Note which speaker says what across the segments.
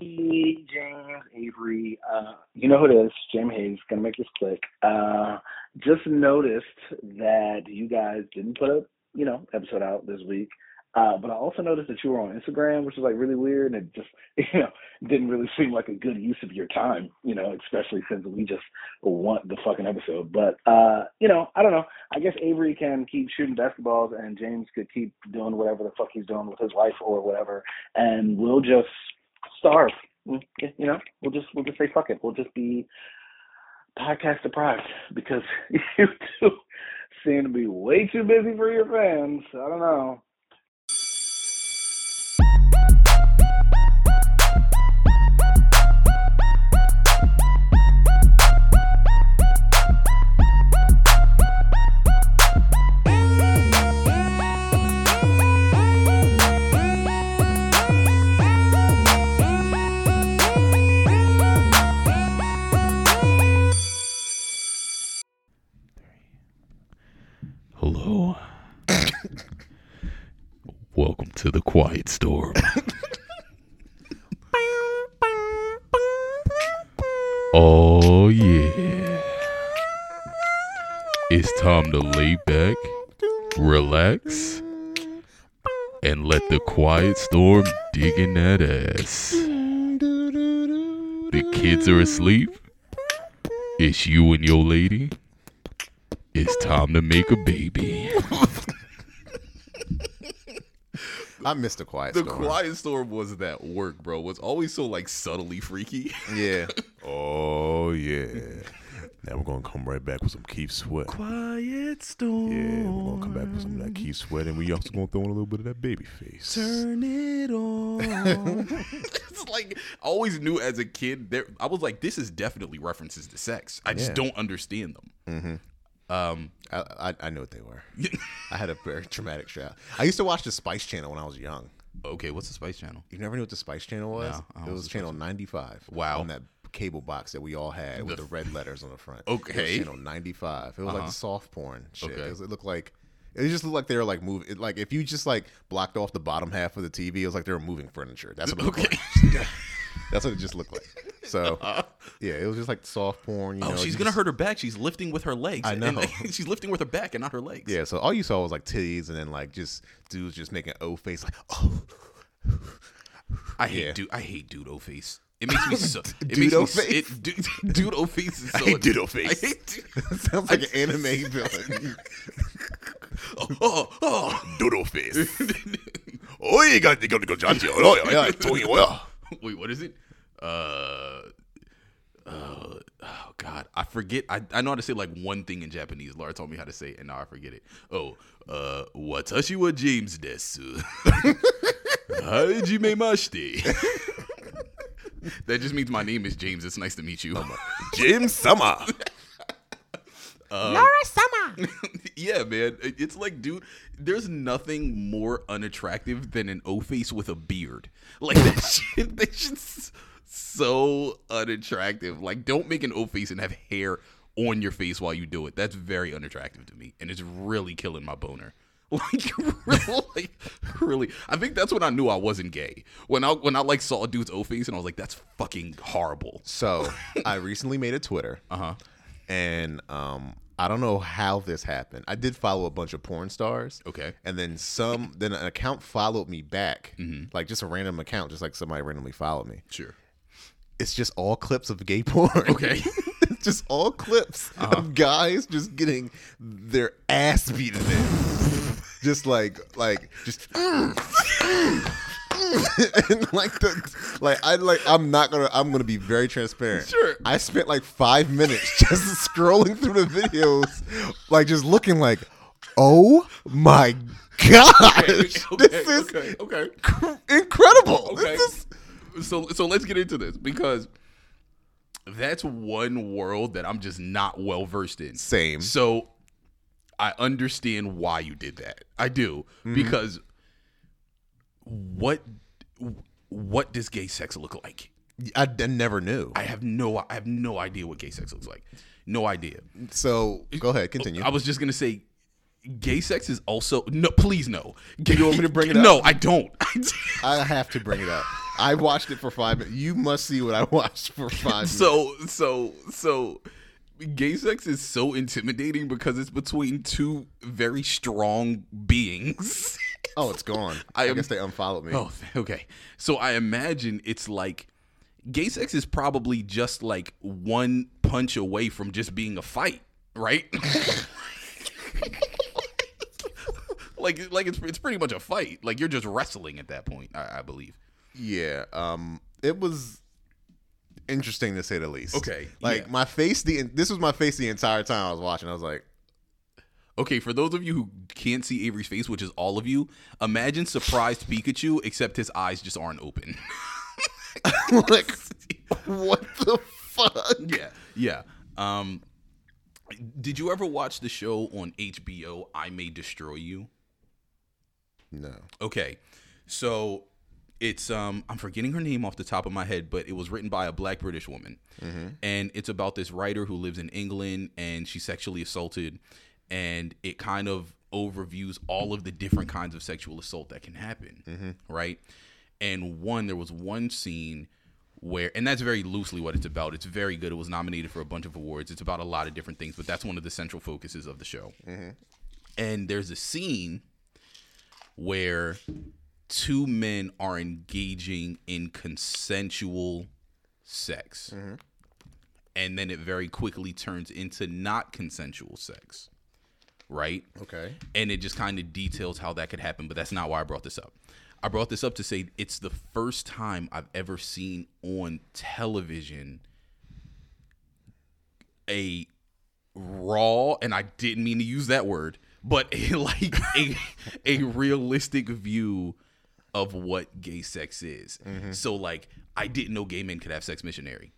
Speaker 1: Hey, James Avery. Uh, you know who it is, James Hayes. Gonna make this quick. Uh, just noticed that you guys didn't put up, you know, episode out this week. Uh, but I also noticed that you were on Instagram, which is like really weird, and it just, you know, didn't really seem like a good use of your time, you know, especially since we just want the fucking episode. But uh, you know, I don't know. I guess Avery can keep shooting basketballs, and James could keep doing whatever the fuck he's doing with his life or whatever, and we'll just starve. Mm, You know, we'll just we'll just say fuck it. We'll just be podcast deprived because you two seem to be way too busy for your fans. I don't know.
Speaker 2: Hello. Welcome to the Quiet Storm. oh, yeah. It's time to lay back, relax, and let the Quiet Storm dig in that ass. The kids are asleep. It's you and your lady. It's time to make a baby.
Speaker 3: I missed the quiet
Speaker 4: The
Speaker 3: storm.
Speaker 4: Quiet Storm was that work, bro. Was always so like subtly freaky.
Speaker 3: Yeah.
Speaker 5: Oh yeah. Now we're gonna come right back with some Keith Sweat.
Speaker 2: Quiet Storm.
Speaker 5: Yeah, we're gonna come back with some of that Keith Sweat, and we also gonna throw in a little bit of that baby face.
Speaker 2: Turn it on.
Speaker 4: it's like I always knew as a kid there I was like, this is definitely references to sex. I just
Speaker 5: Yeah.
Speaker 4: don't understand them.
Speaker 3: Mm-hmm.
Speaker 4: Um
Speaker 3: I, I I knew what they were. I had a very traumatic child. I used to watch the Spice Channel when I was young.
Speaker 4: okay, what's the Spice Channel?
Speaker 3: You never knew what the Spice Channel was?
Speaker 4: No, I don't
Speaker 3: it
Speaker 4: know
Speaker 3: was
Speaker 4: the
Speaker 3: channel 95.
Speaker 4: Wow.
Speaker 3: On that cable box that we all had with
Speaker 4: The-
Speaker 3: the red letters on the front. It was
Speaker 4: Okay.
Speaker 3: channel 95. It was
Speaker 4: Uh-huh.
Speaker 3: like the soft porn shit.
Speaker 4: Okay.
Speaker 3: It, was- it looked like it just looked like they were like moving. It, like if you just like blocked off the bottom half of the TV, it was like they were moving furniture. That's what it looked
Speaker 4: Okay.
Speaker 3: like. That's what it just looked like. So yeah, it was just like soft porn. You
Speaker 4: Oh,
Speaker 3: know,
Speaker 4: she's
Speaker 3: you
Speaker 4: gonna
Speaker 3: just-
Speaker 4: hurt her back. She's lifting with her legs.
Speaker 3: I
Speaker 4: And-
Speaker 3: know.
Speaker 4: and she's lifting with her back and not her legs.
Speaker 3: Yeah, so all you saw was like titties and then like just dudes just making O face like oh
Speaker 4: I hate
Speaker 3: Yeah.
Speaker 4: dude. I hate dudo face. It makes me so. It makes me
Speaker 3: Dudo
Speaker 4: so-
Speaker 3: face?
Speaker 4: It, dude, dudo face is so.
Speaker 3: hate dudo face.
Speaker 4: I hate dude.
Speaker 3: sounds like an anime villain.
Speaker 4: Oh, oh.
Speaker 5: Doodle face. oh, you got to go to go Johnson. Oh, yeah, yeah, it's doing well.
Speaker 4: Wait, what is it? Uh, uh, oh God, I forget. I, I know how to say like one thing in Japanese. Laura told me how to say it, and now I forget it. Oh, uh, watashi wa James desu. Hajimemashite. that just means my name is James. It's nice to meet you.
Speaker 5: Jim Summer.
Speaker 4: yeah, man. It- It's like, dude, there's nothing more unattractive than an O face with a beard. Like that shit. That shit's so unattractive. Like, don't make an O face and have hair on your face while you do it. That's very unattractive to me, and it's really killing my boner. Like really, like, really. I think that's when I knew I wasn't gay. When I when I like saw a dude's O face and I was like, that's fucking horrible.
Speaker 3: so I recently made a Twitter.
Speaker 4: Uh-huh.
Speaker 3: And um I don't know how this happened. I did follow a bunch of porn stars.
Speaker 4: Okay.
Speaker 3: And then some then an account followed me back.
Speaker 5: Mm-hmm.
Speaker 3: Like just a random account, just like somebody randomly followed me.
Speaker 4: Sure.
Speaker 3: It's just all clips of gay porn.
Speaker 4: Okay.
Speaker 3: It's just all clips
Speaker 4: Uh-huh.
Speaker 3: of guys just getting their ass beaten in. just like like just mm, mm, mm. and like the like I like I'm not gonna I'm gonna be very transparent.
Speaker 4: Sure.
Speaker 3: I spent like five minutes just scrolling through the videos, like just looking like, oh my gosh, this is
Speaker 4: okay. Okay.
Speaker 3: incredible.
Speaker 4: Okay.
Speaker 3: This is
Speaker 4: so so let's get into this because that's one world that I'm just not well versed in.
Speaker 3: same.
Speaker 4: So I understand why you did that. I do
Speaker 3: Mm-hmm.
Speaker 4: because what what does gay sex look like?
Speaker 3: I, I never knew.
Speaker 4: I have no I have no idea what gay sex looks like. No idea.
Speaker 3: So go ahead, continue.
Speaker 4: I was just gonna say, gay sex is also no. Please no. Gay,
Speaker 3: You want me to bring it up?
Speaker 4: No, I don't.
Speaker 3: I have to bring it up. I watched it for five minutes. You must see what I watched for five
Speaker 4: So so so gay sex is so intimidating because it's between two very strong beings.
Speaker 3: minutes. Oh, it's gone.
Speaker 4: I
Speaker 3: I,
Speaker 4: am-
Speaker 3: guess they unfollowed me.
Speaker 4: Oh, th- okay. So I imagine it's like gay sex is probably just like one punch away from just being a fight, right? like like it's it's pretty much a fight. Like you're just wrestling at that point, I, I believe.
Speaker 3: Yeah. Um, it was interesting to say the least.
Speaker 4: Okay,
Speaker 3: Like
Speaker 4: yeah.
Speaker 3: my face. The this was my face the entire time I was watching. I was like,
Speaker 4: Okay, for those of you who can't see Avery's face, which is all of you, imagine surprised Pikachu except his eyes just aren't open.
Speaker 3: like, what the fuck?
Speaker 4: yeah, yeah. Um did you ever watch the show on HBO I May Destroy You?
Speaker 3: No.
Speaker 4: Okay. So it's um I'm forgetting her name off the top of my head, but it was written by a black British woman. And it's about this writer who lives in England and she's sexually assaulted and it kind of overviews all of the different kinds of sexual assault that can happen, right? And one there was one scene where and that's very loosely what it's about. It's very good. It was nominated for a bunch of awards. It's about a lot of different things, but that's one of the central focuses of the show. And there's a scene where two men are engaging in consensual sex. And then it very quickly turns into not consensual sex. Right?
Speaker 3: Okay.
Speaker 4: And it just kind of details how that could happen, but that's not why I brought this up. I brought this up to say it's the first time I've ever seen on television a raw and I didn't mean to use that word, but a, like a a realistic view of what gay sex is. So like I didn't know gay men could have sex missionary.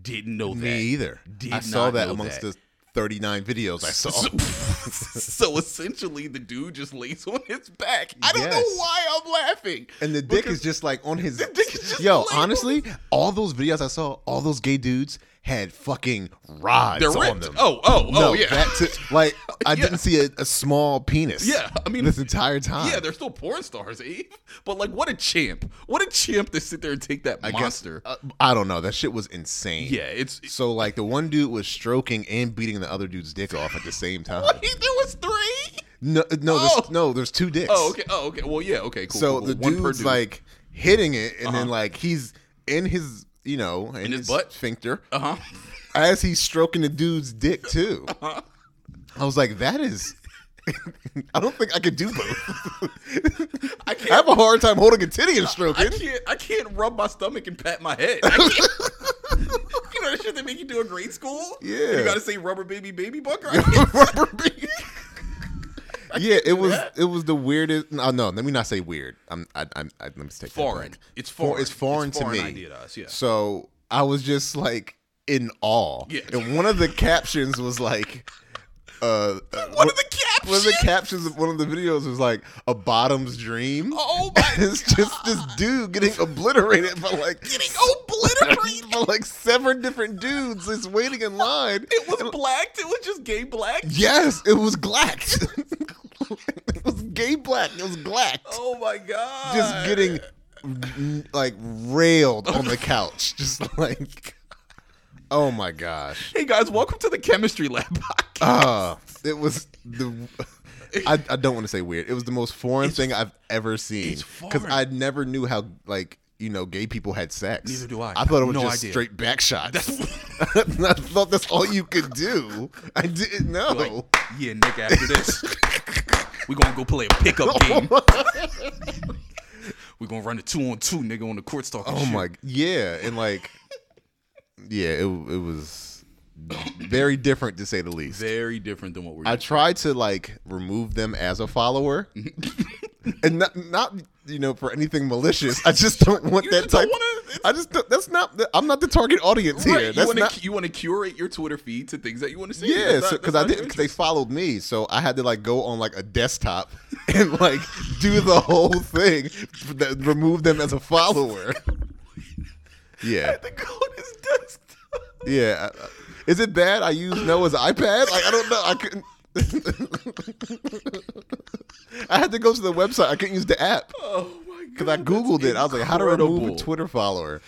Speaker 4: Didn't know that.
Speaker 3: Me either.
Speaker 4: Did
Speaker 3: I saw
Speaker 4: not
Speaker 3: that
Speaker 4: know
Speaker 3: amongst
Speaker 4: that.
Speaker 3: the 39 videos I saw.
Speaker 4: so essentially the dude just lays on his back. I don't know
Speaker 3: Yes.
Speaker 4: why I'm laughing.
Speaker 3: and the dick is just like on his.
Speaker 4: dick is just
Speaker 3: yo,
Speaker 4: laying on
Speaker 3: honestly, all those videos I saw, all those gay dudes had fucking rods
Speaker 4: They're ripped.
Speaker 3: on them.
Speaker 4: Oh, oh, oh,
Speaker 3: No,
Speaker 4: yeah.
Speaker 3: that too- like I
Speaker 4: Yeah.
Speaker 3: didn't see a, a small penis.
Speaker 4: Yeah, I mean-
Speaker 3: this entire time.
Speaker 4: yeah, they're still porn stars, Eve. But like what a champ. What a champ to sit there and take that
Speaker 3: I guess-
Speaker 4: monster.
Speaker 3: uh, I don't know. That shit was insane.
Speaker 4: yeah, it's
Speaker 3: So like the one dude was stroking and beating the other dude's dick off at the same time.
Speaker 4: Wait, there was three?
Speaker 3: No, uh, no, there's,
Speaker 4: Oh.
Speaker 3: no. There's two dicks.
Speaker 4: Oh, okay. Oh, okay. Well, yeah. Okay. Cool.
Speaker 3: So
Speaker 4: cool, cool.
Speaker 3: the
Speaker 4: One per
Speaker 3: dude's
Speaker 4: dude. Uh-huh.
Speaker 3: like hitting it, and then like he's in his, you know, in,
Speaker 4: his butt?
Speaker 3: sphincter
Speaker 4: uh-huh.
Speaker 3: as he's stroking the dude's dick too. I was like, that is. I don't think I could do both.
Speaker 4: I
Speaker 3: I have
Speaker 4: can't.
Speaker 3: a hard time holding a titty and
Speaker 4: I
Speaker 3: stroking.
Speaker 4: can't. I can't rub my stomach and pat my head. I can't. you know that shit they make you do in grade school.
Speaker 3: Yeah.
Speaker 4: You gotta say rubber baby baby bunker. I can't-
Speaker 3: yeah, it was it was the weirdest. No, no, let me not say weird. I'm I, I'm I, let me take that back.
Speaker 4: foreign. It's
Speaker 3: For-
Speaker 4: foreign.
Speaker 3: It's foreign to me.
Speaker 4: Idea to us. Yeah.
Speaker 3: So I was just like in awe.
Speaker 4: Yeah.
Speaker 3: And one of the captions was like, uh, uh,
Speaker 4: One of the captions.
Speaker 3: one of the captions of one of the videos was like a bottom's dream.
Speaker 4: oh my.
Speaker 3: It's just this dude getting obliterated by like getting
Speaker 4: obliterated.
Speaker 3: by like seven different dudes that's waiting in line.
Speaker 4: It was blacked. It was just gay black.
Speaker 3: Yes, it was glacked. it was gay black. It was glacked.
Speaker 4: Oh my god.
Speaker 3: just getting n- like railed on the couch, just like, oh my gosh,
Speaker 4: Hey guys, welcome to the chemistry lab podcast.
Speaker 3: ah, it was the. I, I don't want to say weird. It was the most foreign thing I've ever seen
Speaker 4: it's
Speaker 3: because
Speaker 4: foreign.
Speaker 3: I never knew how like you know gay people had sex.
Speaker 4: Neither do I.
Speaker 3: I thought it was
Speaker 4: No
Speaker 3: just
Speaker 4: idea.
Speaker 3: straight back shots. I thought that's all you could do. I didn't know.
Speaker 4: Like,
Speaker 3: Oh.
Speaker 4: yeah, Nick. After this, we gonna go play a
Speaker 3: Oh
Speaker 4: pickup game. we gonna run a two on two, nigga, on the court talking.
Speaker 3: Oh
Speaker 4: shit.
Speaker 3: my yeah, and like yeah, it it was very different to say the least.
Speaker 4: Very different than what we're.
Speaker 3: I
Speaker 4: doing.
Speaker 3: tried to like remove them as a follower, and not not you know for anything malicious. I just don't want
Speaker 4: You
Speaker 3: that
Speaker 4: just don't
Speaker 3: type.
Speaker 4: wanna-
Speaker 3: I just don't- that's not the- I'm not the target audience
Speaker 4: Right,
Speaker 3: here.
Speaker 4: you
Speaker 3: That's
Speaker 4: want to
Speaker 3: not.
Speaker 4: you want to curate your Twitter feed to things that you want to see.
Speaker 3: Yeah,
Speaker 4: That's not-
Speaker 3: because
Speaker 4: that's
Speaker 3: I
Speaker 4: not your
Speaker 3: didn't. Cause they
Speaker 4: interest.
Speaker 3: followed me, so I had to like go on like a desktop and like do the whole thing, for the- remove them as a follower. Yeah,
Speaker 4: They go on his desktop.
Speaker 3: yeah. I- I- Is it bad? I use Noah's iPad. Like I don't know. I couldn't. I had to go to the website. I couldn't use the app.
Speaker 4: Oh my
Speaker 3: because I googled it. I was like, how to remove a
Speaker 4: incredible.
Speaker 3: Twitter follower?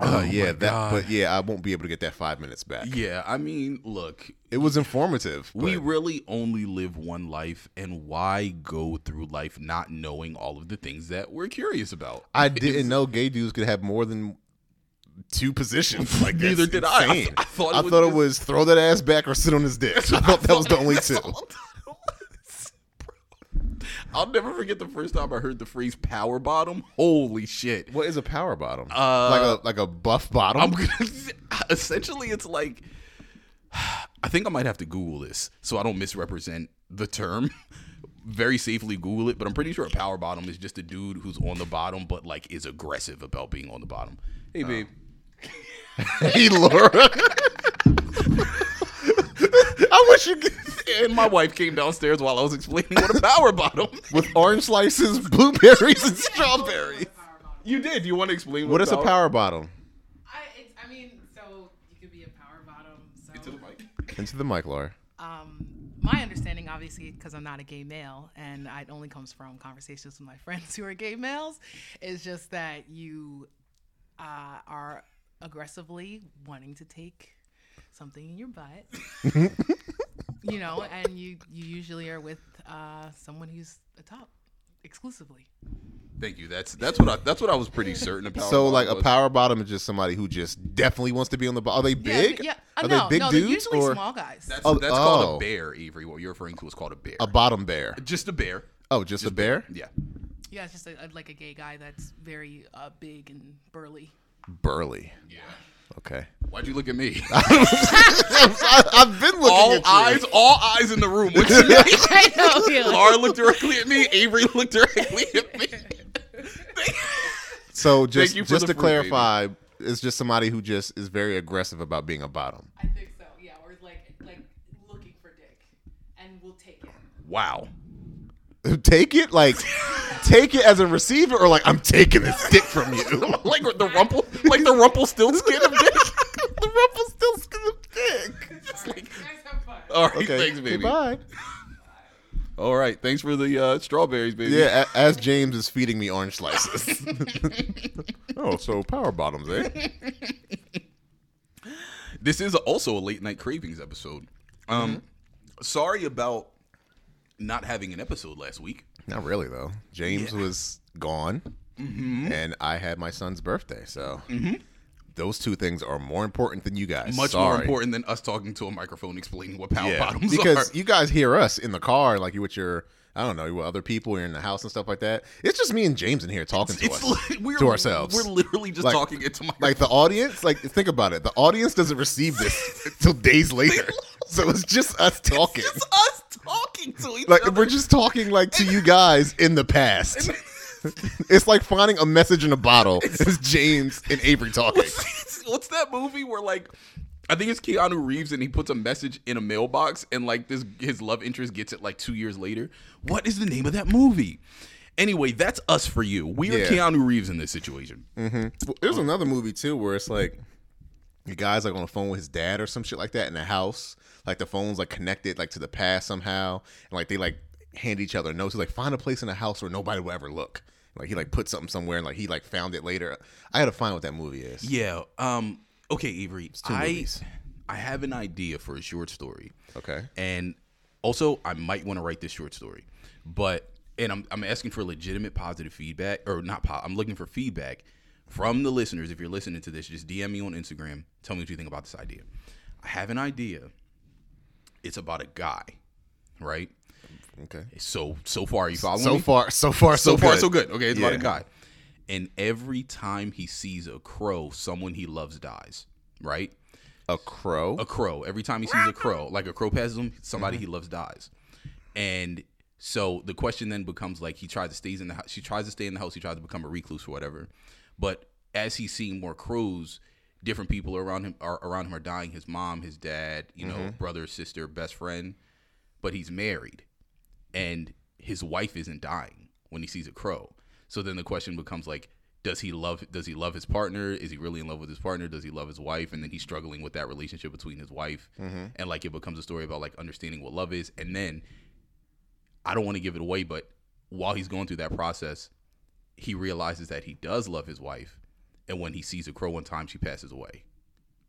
Speaker 4: Oh,
Speaker 3: Uh, yeah,
Speaker 4: my
Speaker 3: that.
Speaker 4: God.
Speaker 3: But yeah, I won't be able to get that five minutes back.
Speaker 4: Yeah, I mean, look,
Speaker 3: It was informative. But
Speaker 4: we really only live one life, and why go through life not knowing all of the things that we're curious about?
Speaker 3: I didn't know gay dudes could have more than two positions. Like that's
Speaker 4: Neither did I. I-
Speaker 3: insane.
Speaker 4: I thought it
Speaker 3: I
Speaker 4: was
Speaker 3: thought it
Speaker 4: just-
Speaker 3: was throw that ass back or sit on his dick. I thought that was the only two.
Speaker 4: I'll never forget the first time I heard the phrase "power bottom." Holy shit!
Speaker 3: What is a power bottom?
Speaker 4: Uh,
Speaker 3: like a like a buff bottom.
Speaker 4: I'm gonna essentially it's like I think I might have to Google this so I don't misrepresent the term. Very safely Google it, but I'm pretty sure a power bottom is just a dude who's on the bottom but like is aggressive about being on the bottom. Hey babe.
Speaker 3: hey, Laura. I wish you could.
Speaker 4: And my wife came downstairs while I was explaining what a power bottom.
Speaker 3: With orange slices, blueberries, and strawberries.
Speaker 4: You did. You want to explain
Speaker 3: What is a power bottom?
Speaker 6: I, it's, I mean, so you could be a power bottom. So,
Speaker 3: Into the mic, Laura.
Speaker 6: um, my understanding, obviously, because I'm not a gay male, and it only comes from conversations with my friends who are gay males, is just that you uh, are aggressively wanting to take something in your butt. you know, and you you usually are with uh, someone who's a top exclusively.
Speaker 4: Thank you. That's that's what I that's what I was pretty certain about.
Speaker 3: So, like, a power bottom is just somebody who just definitely wants to be on the bottom. Are they big?
Speaker 6: Yeah, yeah. Uh,
Speaker 3: Are
Speaker 6: no,
Speaker 3: they big
Speaker 6: no,
Speaker 3: dudes
Speaker 6: they're usually
Speaker 3: or
Speaker 6: small guys.
Speaker 4: that's,
Speaker 3: Oh,
Speaker 4: that's called
Speaker 3: oh.
Speaker 4: a bear, Avery. What you're referring to is called a bear.
Speaker 3: a bottom bear?
Speaker 4: just a bear.
Speaker 3: Oh, just, a bear?
Speaker 4: Yeah.
Speaker 6: Yeah, it's just a, a- like a gay guy that's very uh, big and burly.
Speaker 3: Burly.
Speaker 4: Yeah.
Speaker 3: Okay.
Speaker 4: Why'd you look at me?
Speaker 3: I, I've been looking
Speaker 4: all
Speaker 3: at you.
Speaker 4: eyes, all eyes in the room. What you mean?
Speaker 6: I know. yeah, like-
Speaker 4: Laura looked directly at me. Avery looked directly at me.
Speaker 3: So just
Speaker 4: you for
Speaker 3: just
Speaker 4: the
Speaker 3: to
Speaker 4: fruit,
Speaker 3: clarify, it's just somebody who just is very aggressive about being a bottom.
Speaker 6: I think so. Yeah, or like like looking for dick, and we'll take it.
Speaker 4: wow.
Speaker 3: Take it like take it as a receiver or like I'm taking this dick from you.
Speaker 4: Like the rumple, like the rumple still skin of dick.
Speaker 3: the ruffle's still skin of dick.
Speaker 6: All right,
Speaker 4: All right,
Speaker 6: you guys have fun.
Speaker 4: thanks, baby.
Speaker 3: Goodbye.
Speaker 4: All right, thanks for the uh, strawberries, baby.
Speaker 3: Yeah, a- as James is feeding me orange slices. oh, so power bottoms, eh?
Speaker 4: This is also a late night cravings episode. Um,
Speaker 3: Mm-hmm.
Speaker 4: sorry about not having an episode last week.
Speaker 3: Not really though. James was gone, and I had my son's birthday, so those two things are more important than you guys.
Speaker 4: Much more
Speaker 3: Sorry.
Speaker 4: important than us talking to a microphone explaining what power
Speaker 3: Yeah,
Speaker 4: bottoms
Speaker 3: because
Speaker 4: are.
Speaker 3: you guys hear us in the car, like you with your, I don't know, you with other people, you're in the house and stuff like that. It's just me and James in here talking to
Speaker 4: It's
Speaker 3: us,
Speaker 4: li- we're,
Speaker 3: to ourselves.
Speaker 4: We're literally just
Speaker 3: Like-
Speaker 4: talking into my
Speaker 3: like the audience, like think about it. The audience doesn't receive this until days later, so it's just us talking.
Speaker 4: It's us talking to each
Speaker 3: like
Speaker 4: other.
Speaker 3: we're just talking like to you guys in the past. it's like finding a message in a bottle. It's James and Avery talking.
Speaker 4: What's that movie where like I think it's Keanu Reeves and he puts a message in a mailbox and like this his love interest gets it like two years later. What is the name of that movie? Anyway, that's us for you. We are
Speaker 3: Yeah.
Speaker 4: Keanu Reeves in this situation.
Speaker 3: Well, there's another movie too where it's like the guy's like on the phone with his dad or some shit like that in the house. Like the phone's like connected like to the past somehow, and like they like hand each other notes. He's like, find a place in the house where nobody will ever look. Like he like put something somewhere and like he like found it later. I gotta find what that movie is.
Speaker 4: Yeah. Um. Okay, Avery.
Speaker 3: two
Speaker 4: I
Speaker 3: movies.
Speaker 4: I have an idea for a short story.
Speaker 3: Okay.
Speaker 4: And also, I might want to write this short story, but and I'm I'm asking for legitimate positive feedback or not. Po- I'm looking for feedback from the listeners. If you're listening to this, just DM me on Instagram. Tell me what you think about this idea. I have an idea. It's about a guy, right?
Speaker 3: Okay.
Speaker 4: So so far, are you following?
Speaker 3: So
Speaker 4: me?
Speaker 3: far, so far, so,
Speaker 4: so far
Speaker 3: good.
Speaker 4: so good. Okay, it's about
Speaker 3: Yeah.
Speaker 4: a guy, and every time he sees a crow, someone he loves dies. Right?
Speaker 3: A crow.
Speaker 4: A crow. Every time he sees a crow, like a crow passes him,
Speaker 3: Mm-hmm.
Speaker 4: somebody he loves dies, and so the question then becomes like he tries to stays in the house. She tries to stay in the house. He tries to become a recluse or whatever, but as he's seeing more crows. Different people around him are around him are dying. His mom, his dad, you know, brother, sister, best friend, but he's married and his wife isn't dying when he sees a crow. So then the question becomes like, does he love does he love his partner? Is he really in love with his partner? Does he love his wife? And then he's struggling with that relationship between his wife
Speaker 3: Mm-hmm.
Speaker 4: and like it becomes a story about like understanding what love is. And then I don't want to give it away, but while he's going through that process, he realizes that he does love his wife, and when he sees a crow one time, she passes away.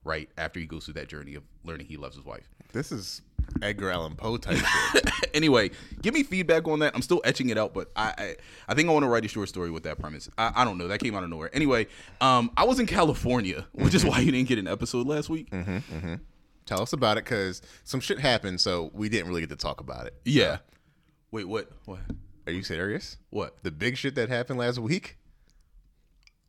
Speaker 4: Right after he goes through that journey of learning he loves his wife.
Speaker 3: This is Edgar Allan Poe type shit.
Speaker 4: anyway, give me feedback on that. I'm still etching it out, but I I, I think I want to write a short story with that premise. I, I don't know. That came out of nowhere. Anyway, um, I was in California, which is why you didn't get an episode last week.
Speaker 3: Tell us about it because some shit happened, so we didn't really get to talk about it.
Speaker 4: Yeah. Wait, what? What?
Speaker 3: Are you serious?
Speaker 4: What?
Speaker 3: The big shit that happened last week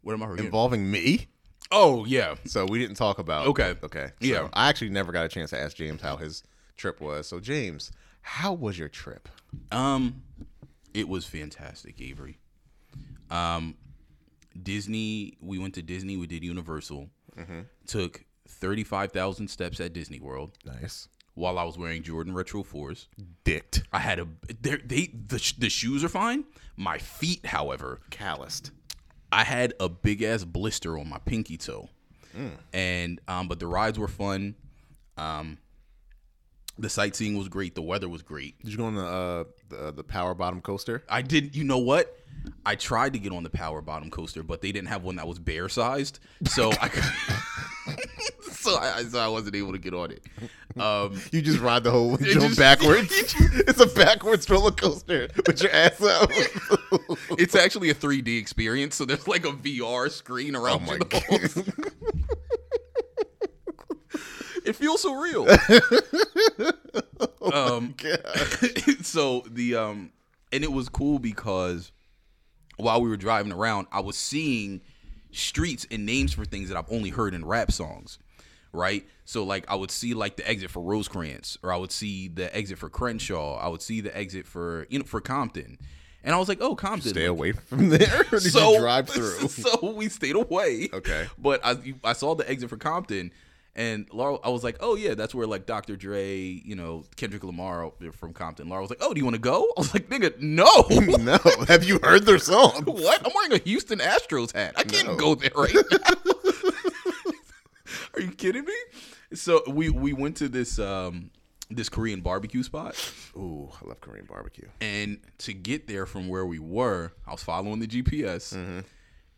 Speaker 4: What am I forgetting?
Speaker 3: involving me?
Speaker 4: oh yeah.
Speaker 3: So we didn't talk about.
Speaker 4: Okay.
Speaker 3: Okay.
Speaker 4: Yeah.
Speaker 3: So I actually never got a chance to ask James how his trip was. So James, how was your trip?
Speaker 4: Um, it was fantastic, Avery. Um, Disney. We went to Disney. We did Universal. Took thirty-five thousand steps at Disney World
Speaker 3: Nice.
Speaker 4: while I was wearing Jordan Retro Fours.
Speaker 3: Dicked.
Speaker 4: I had a they're- they the sh- the shoes are fine. My feet, however,
Speaker 3: Calloused.
Speaker 4: I had a big ass blister on my pinky toe, and um, but the rides were fun. Um, the sightseeing was great. The weather was great.
Speaker 3: Did you go on the uh, the, the power bottom coaster?
Speaker 4: I didn't. You know what? I tried to get on the power bottom coaster, but they didn't have one that was bear sized, so I could, so I so I wasn't able to get on it. Um,
Speaker 3: You just ride the whole
Speaker 4: It
Speaker 3: windshield
Speaker 4: just-
Speaker 3: backwards. it's a backwards roller coaster with your ass out.
Speaker 4: it's actually a 3D experience, so there's like a VR screen around
Speaker 3: Oh my
Speaker 4: you the whole It feels so real. um, so the um, and it was cool because while we were driving around, I was seeing streets and names for things that I've only heard in rap songs, right? So like I would see like the exit for Rosecrans, or I would see the exit for Crenshaw, I would see the exit for you know for Compton, and I was like, oh Compton,
Speaker 3: Stay away from there. Or did you drive through?
Speaker 4: So we stayed away.
Speaker 3: Okay.
Speaker 4: But I you- I saw the exit for Compton, and Laura, I was like, oh yeah, that's where like Dr. Dre, you know, Kendrick Lamar are from Compton. Laura was like, oh, do you want to go? I was like, nigga, no.
Speaker 3: no. Have you heard their song?
Speaker 4: what? I'm wearing a Houston Astros hat. I can't
Speaker 3: No.
Speaker 4: go there right now. are you kidding me? So we we went to this um this Korean barbecue spot.
Speaker 3: Ooh, I love Korean barbecue.
Speaker 4: And to get there from where we were, I was following the GPS,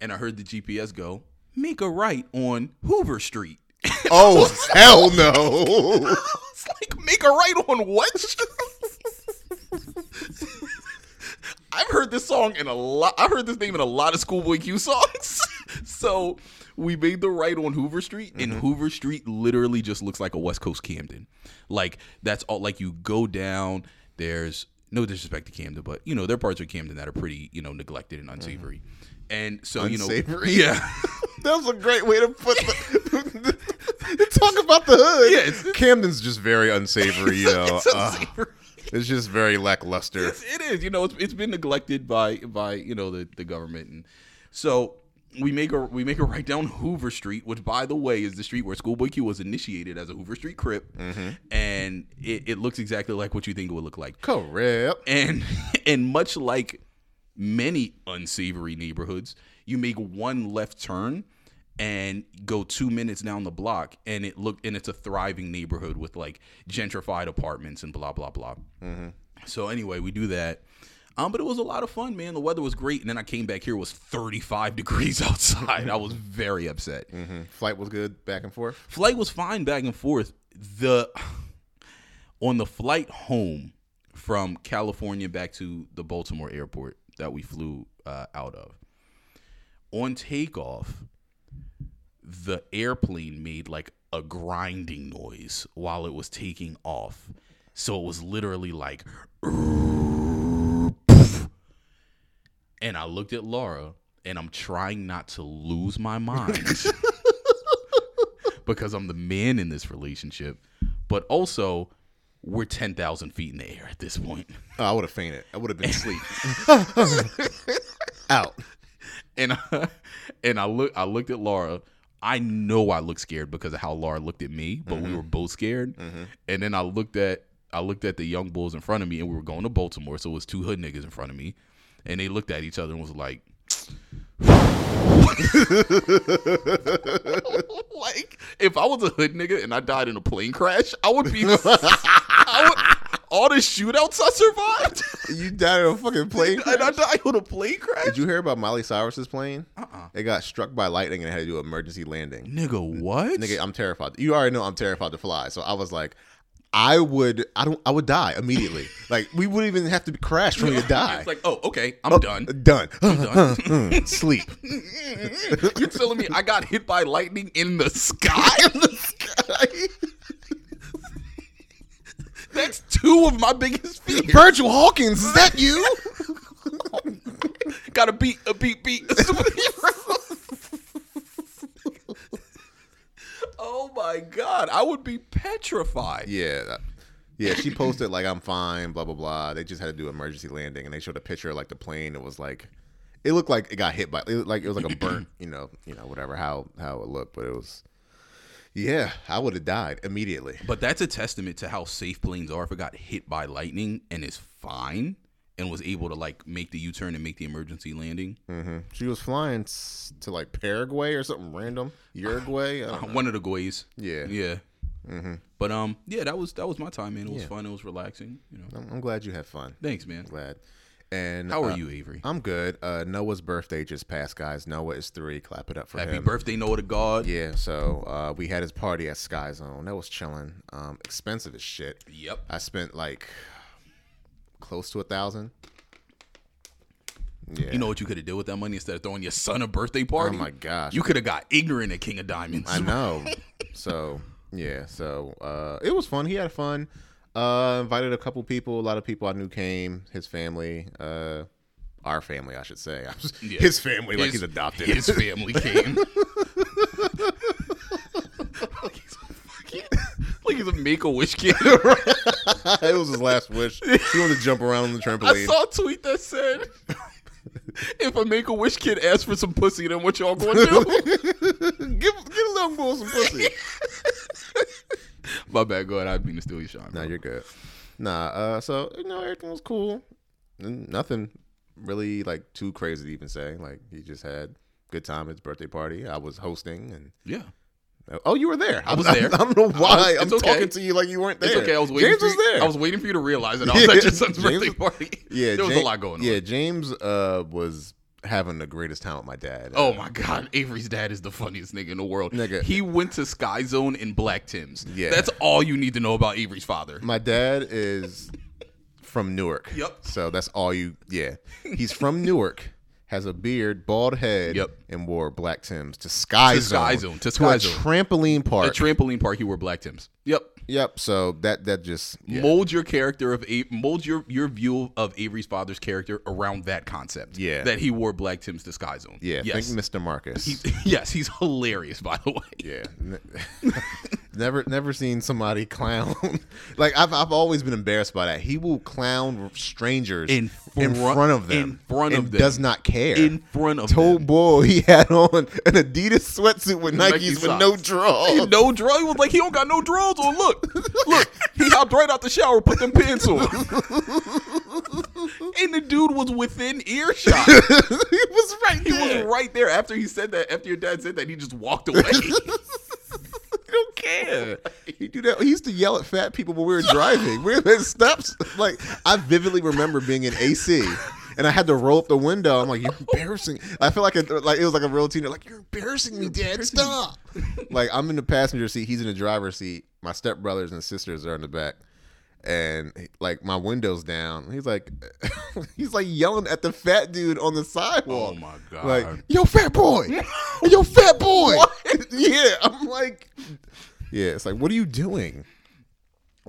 Speaker 4: and I heard the GPS go, "Make a right on Hoover Street."
Speaker 3: Oh hell no!
Speaker 4: it's like make a right on what? I've heard this song in a lot. I heard this name in a lot of Schoolboy Q songs. so we made the right on Hoover Street, and Hoover Street literally just looks like a West Coast Camden. Like that's all. Like you go down. There's no disrespect to Camden, but you know there are parts of Camden that are pretty you know neglected and unsavory. And so
Speaker 3: Unsavory?
Speaker 4: you know, yeah.
Speaker 3: That was a great way to put the. Talk about the hood.
Speaker 4: Yeah, it's-
Speaker 3: Camden's just very unsavory, you know.
Speaker 4: It's
Speaker 3: Uh,
Speaker 4: unsavory.
Speaker 3: it's just very lackluster.
Speaker 4: It's, it is. You know, it's, it's been neglected by by you know the, the government, and so we make a we make a right down Hoover Street, which by the way is the street where Schoolboy Q was initiated as a Hoover Street Crip, and it, it looks exactly like what you think it would look like,
Speaker 3: Correct.
Speaker 4: and and much like many unsavory neighborhoods, you make one left turn and go two minutes down the block, and it look and it's a thriving neighborhood with like gentrified apartments and blah blah blah. So anyway, we do that. Um, but it was a lot of fun, man. The weather was great, and then I came back here it was 35 degrees outside. I was very upset.
Speaker 3: Mm-hmm. Flight was good back and forth.
Speaker 4: Flight was fine back and forth. The on the flight home from California back to the Baltimore airport that we flew uh, out of. On takeoff, the airplane made like a grinding noise while it was taking off. So it was literally like and I looked at Laura and I'm trying not to lose my mind because I'm the man in this relationship, but also we're 10,000 feet in the air at this point.
Speaker 3: Oh, I would have fainted. I would have been asleep. Out.
Speaker 4: And I, and I look I looked at Laura. I know I looked scared because of how Laura looked at me, but we were both scared. And then I looked at I looked at the young bulls in front of me and we were going to Baltimore, so it was two hood niggas in front of me. And they looked at each other and was like like if I was a hood nigga and I died in a plane crash, I would be I would, all the shootouts I survived,
Speaker 3: You died in a fucking plane
Speaker 4: and I
Speaker 3: crash.
Speaker 4: died on a plane crash.
Speaker 3: Did you hear about Miley Cyrus's plane?
Speaker 4: Uh-uh.
Speaker 3: It got struck by lightning and it had to do an emergency landing.
Speaker 4: Nigga, what?
Speaker 3: Nigga, I'm terrified. You already know I'm terrified to fly. So I was like, I would, I don't, I would die immediately. like we wouldn't even have to crash for me to die.
Speaker 4: It's like, oh, okay, I'm done.
Speaker 3: Done. Mm,
Speaker 4: done.
Speaker 3: Sleep.
Speaker 4: You're telling me I got hit by lightning in the sky? in the sky. That's two of my biggest fears.
Speaker 3: Virgil Hawkins, is that you?
Speaker 4: Got to beat a beat beat a superhero. oh my god, I would be petrified.
Speaker 3: yeah. that- yeah, she posted like I'm fine, blah blah blah. They just had to do emergency landing, and they showed a picture of like the plane. It was like, it looked like it got hit by, it looked like it was like a burnt, you know, you know, whatever how how it looked, but it was, yeah, I would have died immediately.
Speaker 4: But that's a testament to how safe planes are. If it got hit by lightning and is fine and was able to like make the U turn and make the emergency landing,
Speaker 3: hmm She was flying s- to like Paraguay or something random, Uruguay. I don't know.
Speaker 4: one of the goys.
Speaker 3: Mm-hmm. Yeah, Mm-hmm.
Speaker 4: Yeah. But um, yeah, that was that was my time, man. It was fun. It was relaxing. You know.
Speaker 3: I'm, I'm glad you had fun.
Speaker 4: Thanks, man.
Speaker 3: Glad. And
Speaker 4: How are
Speaker 3: uh,
Speaker 4: you, Avery?
Speaker 3: I'm good. Uh, Noah's birthday just passed, guys. Noah is three. Clap it up for
Speaker 4: Happy
Speaker 3: him.
Speaker 4: birthday, Noah to God.
Speaker 3: Yeah, so uh, we had his party at Sky Zone. That was chilling. Um, expensive as shit.
Speaker 4: Yep.
Speaker 3: I spent like close to a thousand. Yeah.
Speaker 4: You know what you could have did with that money instead of throwing your son a birthday
Speaker 3: oh
Speaker 4: party?
Speaker 3: my gosh.
Speaker 4: You could have got ignorant at King of Diamonds.
Speaker 3: I know. so yeah, so uh, it was fun. He had fun. Uh, invited a couple people. A lot of people I knew came. His family, uh, our family, I should say.
Speaker 4: Yeah.
Speaker 3: His family, like
Speaker 4: His-
Speaker 3: he's adopted.
Speaker 4: His family came. like he's a fucking- like he's a make a wish kid.
Speaker 3: it was his last wish. He wanted to jump around on the
Speaker 4: I
Speaker 3: trampoline.
Speaker 4: saw a tweet that said, "If a make a wish kid asks for some pussy, then what y'all going to do?"
Speaker 3: give, give a little boy some pussy.
Speaker 4: my bad, God, I didn't mean to steal your shine.
Speaker 3: No, you're good. Nah, uh, so you know everything was cool. N- Nothing really like too crazy to even say. Like he just had a good time at his birthday party. I was hosting and
Speaker 4: yeah.
Speaker 3: oh, you were there.
Speaker 4: I was
Speaker 3: I'm-
Speaker 4: there.
Speaker 3: I don't know why
Speaker 4: it's
Speaker 3: I'm
Speaker 4: okay.
Speaker 3: talking to you like you weren't there.
Speaker 4: It's okay. I was waiting.
Speaker 3: James
Speaker 4: for
Speaker 3: was
Speaker 4: you-
Speaker 3: there.
Speaker 4: I was waiting for you to realize that I was at
Speaker 3: Yeah,
Speaker 4: your son's
Speaker 3: James-
Speaker 4: birthday party.
Speaker 3: yeah,
Speaker 4: there was
Speaker 3: Ja-
Speaker 4: a lot going on.
Speaker 3: Yeah, James uh, was having the greatest time with my dad.
Speaker 4: Oh my God, Avery's dad is the funniest nigga in the world.
Speaker 3: Nigga.
Speaker 4: he went to Sky Zone in black Tims.
Speaker 3: Yeah.
Speaker 4: that's all you need to know about Avery's father.
Speaker 3: My dad is from Newark.
Speaker 4: Yep.
Speaker 3: So that's all you. Yeah. He's from Newark. Has a beard, bald head,
Speaker 4: Yep.
Speaker 3: and wore black Tims to Sky
Speaker 4: To
Speaker 3: Zone.
Speaker 4: Sky Zone, to Sky
Speaker 3: a
Speaker 4: Zone.
Speaker 3: trampoline
Speaker 4: A
Speaker 3: park.
Speaker 4: trampoline park. He wore black Tims. Yep.
Speaker 3: yep. So that that just yeah.
Speaker 4: Mold your character of A- mold your your view of Avery's father's character around that concept.
Speaker 3: Yeah.
Speaker 4: that he wore black Tims to Sky Zone.
Speaker 3: yeah.
Speaker 4: yes,
Speaker 3: Thank Mr. Marcus.
Speaker 4: yes, he's hilarious. By the way,
Speaker 3: yeah. Ne- never never seen somebody clown. like I've I've always been embarrassed by that. He will clown strangers
Speaker 4: In
Speaker 3: in
Speaker 4: fro-
Speaker 3: front of
Speaker 4: in
Speaker 3: them.
Speaker 4: front of
Speaker 3: and
Speaker 4: them.
Speaker 3: does not care.
Speaker 4: in front of
Speaker 3: told
Speaker 4: them.
Speaker 3: boy he had on an Adidas sweatsuit with Nikes
Speaker 4: Nike
Speaker 3: with
Speaker 4: socks.
Speaker 3: no draw.
Speaker 4: no draw. He was like, he don't got no draws on. Look, look. He hopped right out the shower, put them pants on, and the dude was within earshot.
Speaker 3: he was right
Speaker 4: He was
Speaker 3: there.
Speaker 4: right there after he said that. After your dad said that, he just walked away.
Speaker 3: He don't care. He do that. He used to yell at fat people when we were driving. We're at stops. Like I vividly remember being in AC. And I had to roll up the window. I'm like, you're embarrassing. I feel like it, like it was like a real teenager. Like you're embarrassing me, Dad. Stop. like I'm in the passenger seat. He's in the driver's seat. My stepbrothers and sisters are in the back, and like my window's down. He's like, he's like yelling at the fat dude on the sidewalk.
Speaker 4: god!
Speaker 3: like yo fat boy yo fat boy yeah i'm like yeah it's like what are you doing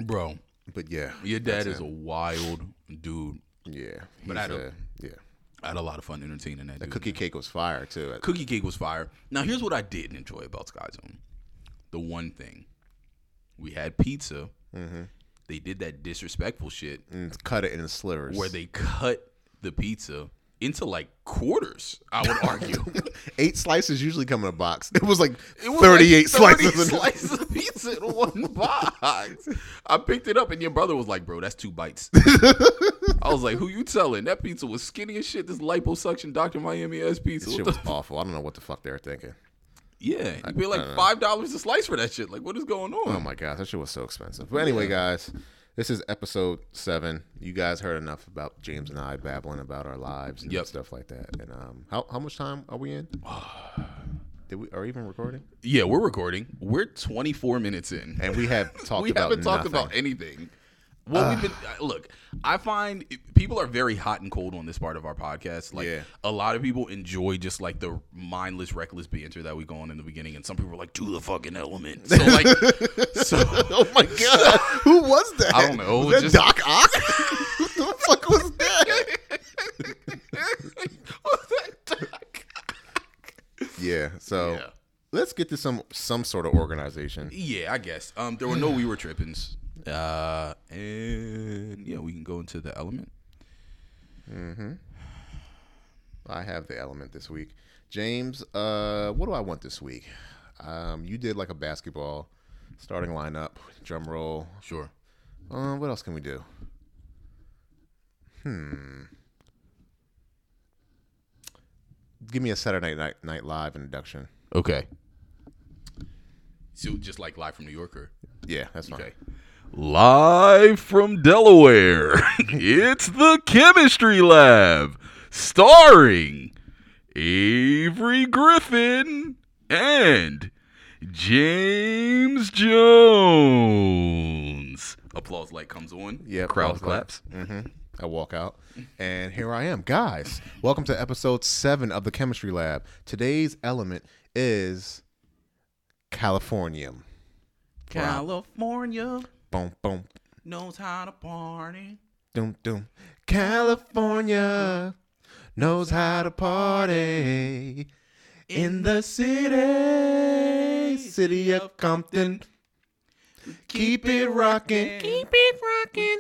Speaker 4: bro,
Speaker 3: but yeah
Speaker 4: your dad is a wild dude.
Speaker 3: yeah
Speaker 4: But
Speaker 3: he's
Speaker 4: I don't-
Speaker 3: a- yeah
Speaker 4: I had a lot of fun entertaining that.
Speaker 3: the
Speaker 4: dude.
Speaker 3: cookie cake was fire too
Speaker 4: Cookie Cake was fire. Now here's what I didn't enjoy about Sky Zone. The one thing. We had pizza. They did that disrespectful shit
Speaker 3: and cut it in slivers
Speaker 4: where they cut the pizza into like quarters, I would argue.
Speaker 3: eight slices usually come in a box it was like
Speaker 4: It was
Speaker 3: 38
Speaker 4: like 30
Speaker 3: slices in-
Speaker 4: slices of pizza in one box. I picked it up and your brother was like, bro, that's two bites. I was like, who you telling? That pizza was skinny as shit. This liposuction Dr. Miami ass pizza. What
Speaker 3: this shit
Speaker 4: the
Speaker 3: was awful i don't know what the fuck they were thinking
Speaker 4: Yeah, you pay like five dollars a slice for that shit. Like, what is going on?
Speaker 3: oh my gosh that shit was so expensive but anyway guys This is episode seven. You guys heard enough about James and I babbling about our lives and
Speaker 4: Yep.
Speaker 3: stuff like that. And um, how how much time are we in? Did we are we even recording?
Speaker 4: Yeah, we're recording. We're 24 minutes in.
Speaker 3: And we have talked.
Speaker 4: we
Speaker 3: about
Speaker 4: haven't talked
Speaker 3: nothing.
Speaker 4: about anything. Well, we've been uh, look. I find it- people are very hot and cold on this part of our podcast. Like
Speaker 3: Yeah.
Speaker 4: a lot of people enjoy just like the mindless, reckless banter that we go on in the beginning, and some people are like, "To the fucking element." So like, so
Speaker 3: Oh my god! Who was that?
Speaker 4: I don't know.
Speaker 3: Was that
Speaker 4: Just-
Speaker 3: Doc Ock? Who the fuck was that? yeah. So
Speaker 4: Yeah.
Speaker 3: let's get to some some sort of organization.
Speaker 4: yeah, I guess um, there were no we were trippings, uh, and yeah, we can go into the element.
Speaker 3: I have the element this week. James, uh, what do I want this week? Um, you did like a basketball starting lineup, drum roll.
Speaker 4: Sure.
Speaker 3: Uh, what else can we do? Hmm. Give me a Saturday Night Night Live introduction.
Speaker 4: Okay. So just like live from New Yorker.
Speaker 3: Yeah, that's fine.
Speaker 4: Okay.
Speaker 2: Live from Delaware, it's the Chemistry Lab, starring Avery Griffin and James Jones.
Speaker 4: Applause light comes on.
Speaker 3: Yeah,
Speaker 4: Crowd
Speaker 3: applause light.
Speaker 4: claps.
Speaker 3: mm-hmm. I walk out, and here I am, guys. Welcome to episode seven of the Chemistry Lab. Today's element is Californium.
Speaker 4: California
Speaker 3: Boom, boom,
Speaker 4: knows how to party.
Speaker 3: doom, doom. California knows how to party in the city, city of Compton. Keep it rocking.
Speaker 4: it rocking.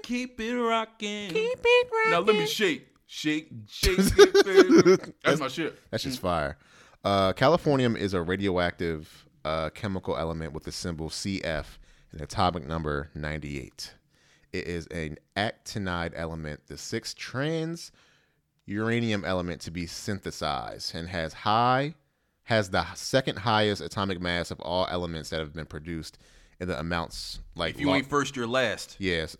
Speaker 4: Keep it rocking. Keep it rocking. Now let me shake. Shake, shake, it, baby. That's my shit.
Speaker 3: That's just fire. Uh, Californium is a radioactive uh, chemical element with the symbol CF and atomic number 98. It is an actinide element, the sixth trans uranium element to be synthesized, and has high has the second highest atomic mass of all elements that have been produced in the amounts like
Speaker 4: If you
Speaker 3: lo-
Speaker 4: ain't first, you're last.
Speaker 3: Yes.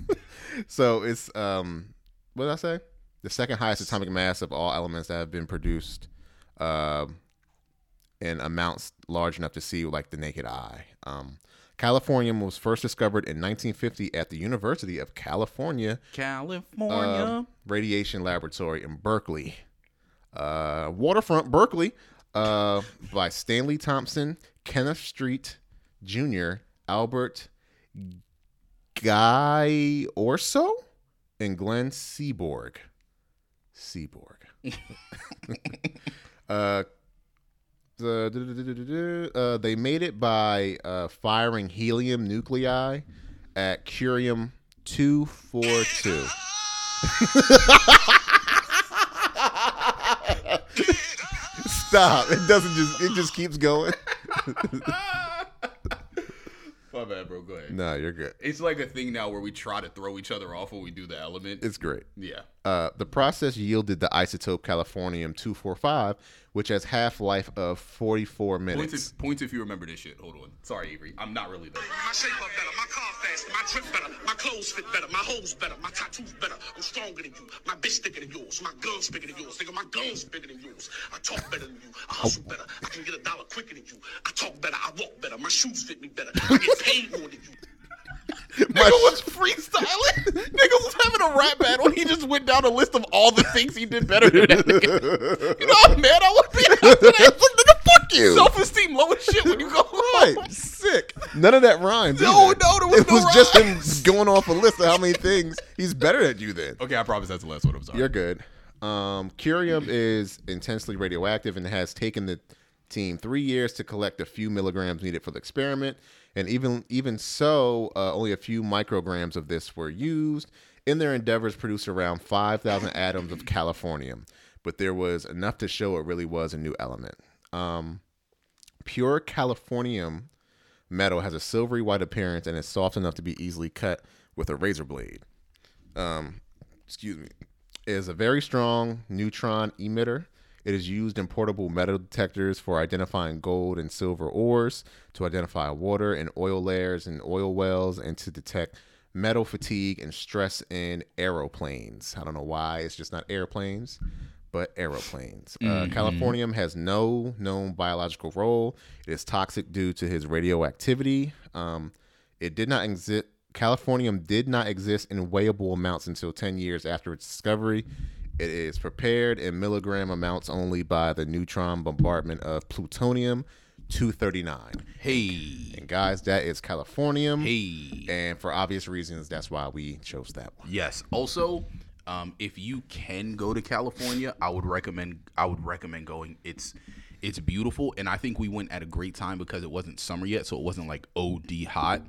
Speaker 3: so it's um what did I say? The second highest atomic mass of all elements that have been produced um in amounts large enough to see with, like the naked eye. Um Californium was first discovered in 1950 at the University of California
Speaker 4: California.
Speaker 3: um, Radiation Laboratory in Berkeley, uh, waterfront Berkeley, uh, by Stanley Thompson, Kenneth Street Jr., Albert Guy Orso, and Glenn Seaborg. Seaborg. uh, the, duh, duh, duh, duh, duh, duh, uh, they made it by uh, firing helium nuclei at curium 242. Uh, Stop. It doesn't just it just keeps going.
Speaker 4: My bad, bro. Go ahead.
Speaker 3: No, you're good.
Speaker 4: It's like a thing now where we try to throw each other off when we do the element.
Speaker 3: It's great.
Speaker 4: yeah.
Speaker 3: Uh, the process yielded the isotope californium 245, which has half life of 44
Speaker 4: Points
Speaker 3: minutes.
Speaker 4: if, points if you remember this shit. Hold on. Sorry, Avery. I'm not really there.
Speaker 7: My shape up better, my car faster, my trip better, my clothes fit better, my hoes better, my tattoos better. I'm stronger than you, my bitch thicker than yours, my guns bigger than yours, nigga. My guns bigger than yours. I talk better than you, I hustle better, I can get a dollar quicker than you. I talk better, I walk better, my shoes fit me better, I get paid more than you.
Speaker 3: My-
Speaker 4: freestyling. Niggas was having a rap battle. and He just went down a list of all the things he did better than that nigga. You know how mad I would be after that? It's like, nigga, fuck
Speaker 3: you.
Speaker 4: Self esteem low as shit when you go home.
Speaker 3: Right. Sick. None of that rhymes.
Speaker 4: No,
Speaker 3: either.
Speaker 4: no, there was
Speaker 3: It
Speaker 4: no
Speaker 3: was just him going off a list of how many things he's better at you than.
Speaker 4: Okay, I promise that's the last one. I'm sorry.
Speaker 3: You're good. Um, curium is intensely radioactive and has taken the team three years to collect a few milligrams needed for the experiment. And even even so, uh, only a few micrograms of this were used. In their endeavors, produced around 5,000 atoms of californium, but there was enough to show it really was a new element. Um, pure californium metal has a silvery white appearance and is soft enough to be easily cut with a razor blade excuse me, is a very strong neutron emitter. It is used in portable metal detectors for identifying gold and silver ores, to identify water and oil layers and oil wells, and to detect metal fatigue, and stress in aeroplanes. I don't know why it's just not airplanes, but aeroplanes. Uh, californium has no known biological role. It is toxic due to his radioactivity. Um, it did not exist. Californium did not exist in weighable amounts until 10 years after its discovery. It is prepared in milligram amounts only by the neutron bombardment of plutonium 239.
Speaker 4: Hey,
Speaker 3: And guys, that is Californium.
Speaker 4: hey.
Speaker 3: And for obvious reasons, that's why we chose that one.
Speaker 4: Yes. Also, um, if you can go to California, I would recommend. I would recommend going. It's it's beautiful, and I think we went at a great time because it wasn't summer yet, so it wasn't like OD hot.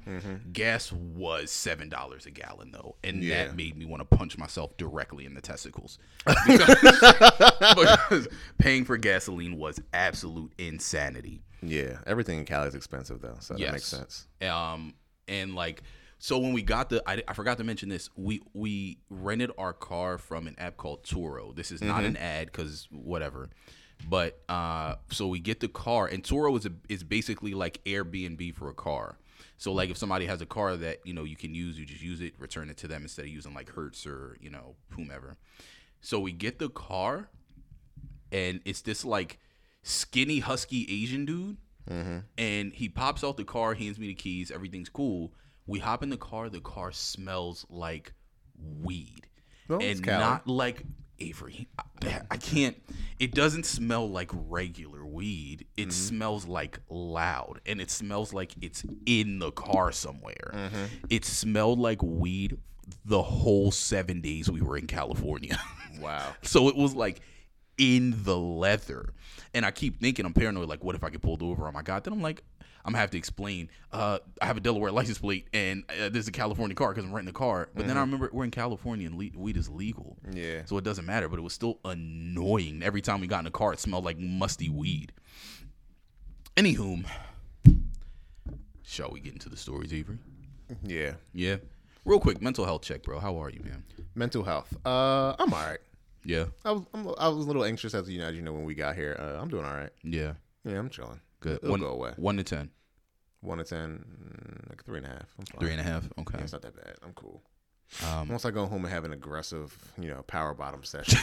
Speaker 4: Gas was seven dollars a gallon though, and that made me want to punch myself directly in the testicles because, because paying for gasoline was absolute insanity.
Speaker 3: Yeah, everything in Cali is expensive though, so
Speaker 4: Yes.
Speaker 3: that makes sense.
Speaker 4: Um, and like, so when we got the, I, I forgot to mention this. We we rented our car from an app called Turo. This is not an ad because whatever. But uh, so we get the car, and Turo is a, is basically like Airbnb for a car. So like, if somebody has a car that you know you can use, you just use it, return it to them instead of using like Hertz or you know whomever. So we get the car, and it's this like skinny husky Asian dude,
Speaker 3: Mm-hmm.
Speaker 4: and he pops out the car, hands me the keys, everything's cool. We hop in the car, the car smells like weed,
Speaker 3: Well, Oh, it's
Speaker 4: and
Speaker 3: Cali.
Speaker 4: not like Avery. I, I can't. It doesn't smell like regular weed. It
Speaker 3: Mm-hmm.
Speaker 4: smells like loud, and it smells like it's in the car somewhere.
Speaker 3: Mm-hmm.
Speaker 4: It smelled like weed the whole seven days we were in California.
Speaker 3: Wow.
Speaker 4: So it was like in the leather. And I keep thinking I'm paranoid, like, what if I get pulled over? Oh my God. Then I'm like, I'm gonna have to explain. Uh, I have a Delaware license plate, and uh, this is a California car because I'm renting a car. But then I remember we're in California and le- weed is legal,
Speaker 3: Mm-hmm. Yeah.
Speaker 4: so it doesn't matter. But it was still annoying. Every time we got in the car, it smelled like musty weed. Anywho, shall we get into the stories, Avery?
Speaker 3: Yeah.
Speaker 4: Yeah, real quick, mental health check, bro. How are you, man?
Speaker 3: Mental health. Uh, I'm all right.
Speaker 4: Yeah,
Speaker 3: I was I'm, I was a little anxious as you know, as you know when we got here. Uh, I'm doing all right.
Speaker 4: yeah,
Speaker 3: Yeah, I'm chilling.
Speaker 4: good.
Speaker 3: It'll
Speaker 4: one,
Speaker 3: go away.
Speaker 4: One to ten.
Speaker 3: One to ten, mm, like three and a half. I'm fine.
Speaker 4: Three and a half. Okay.
Speaker 3: Yeah, it's not that bad. I'm cool.
Speaker 4: Um,
Speaker 3: Once I go home and have an aggressive, you know, power bottom session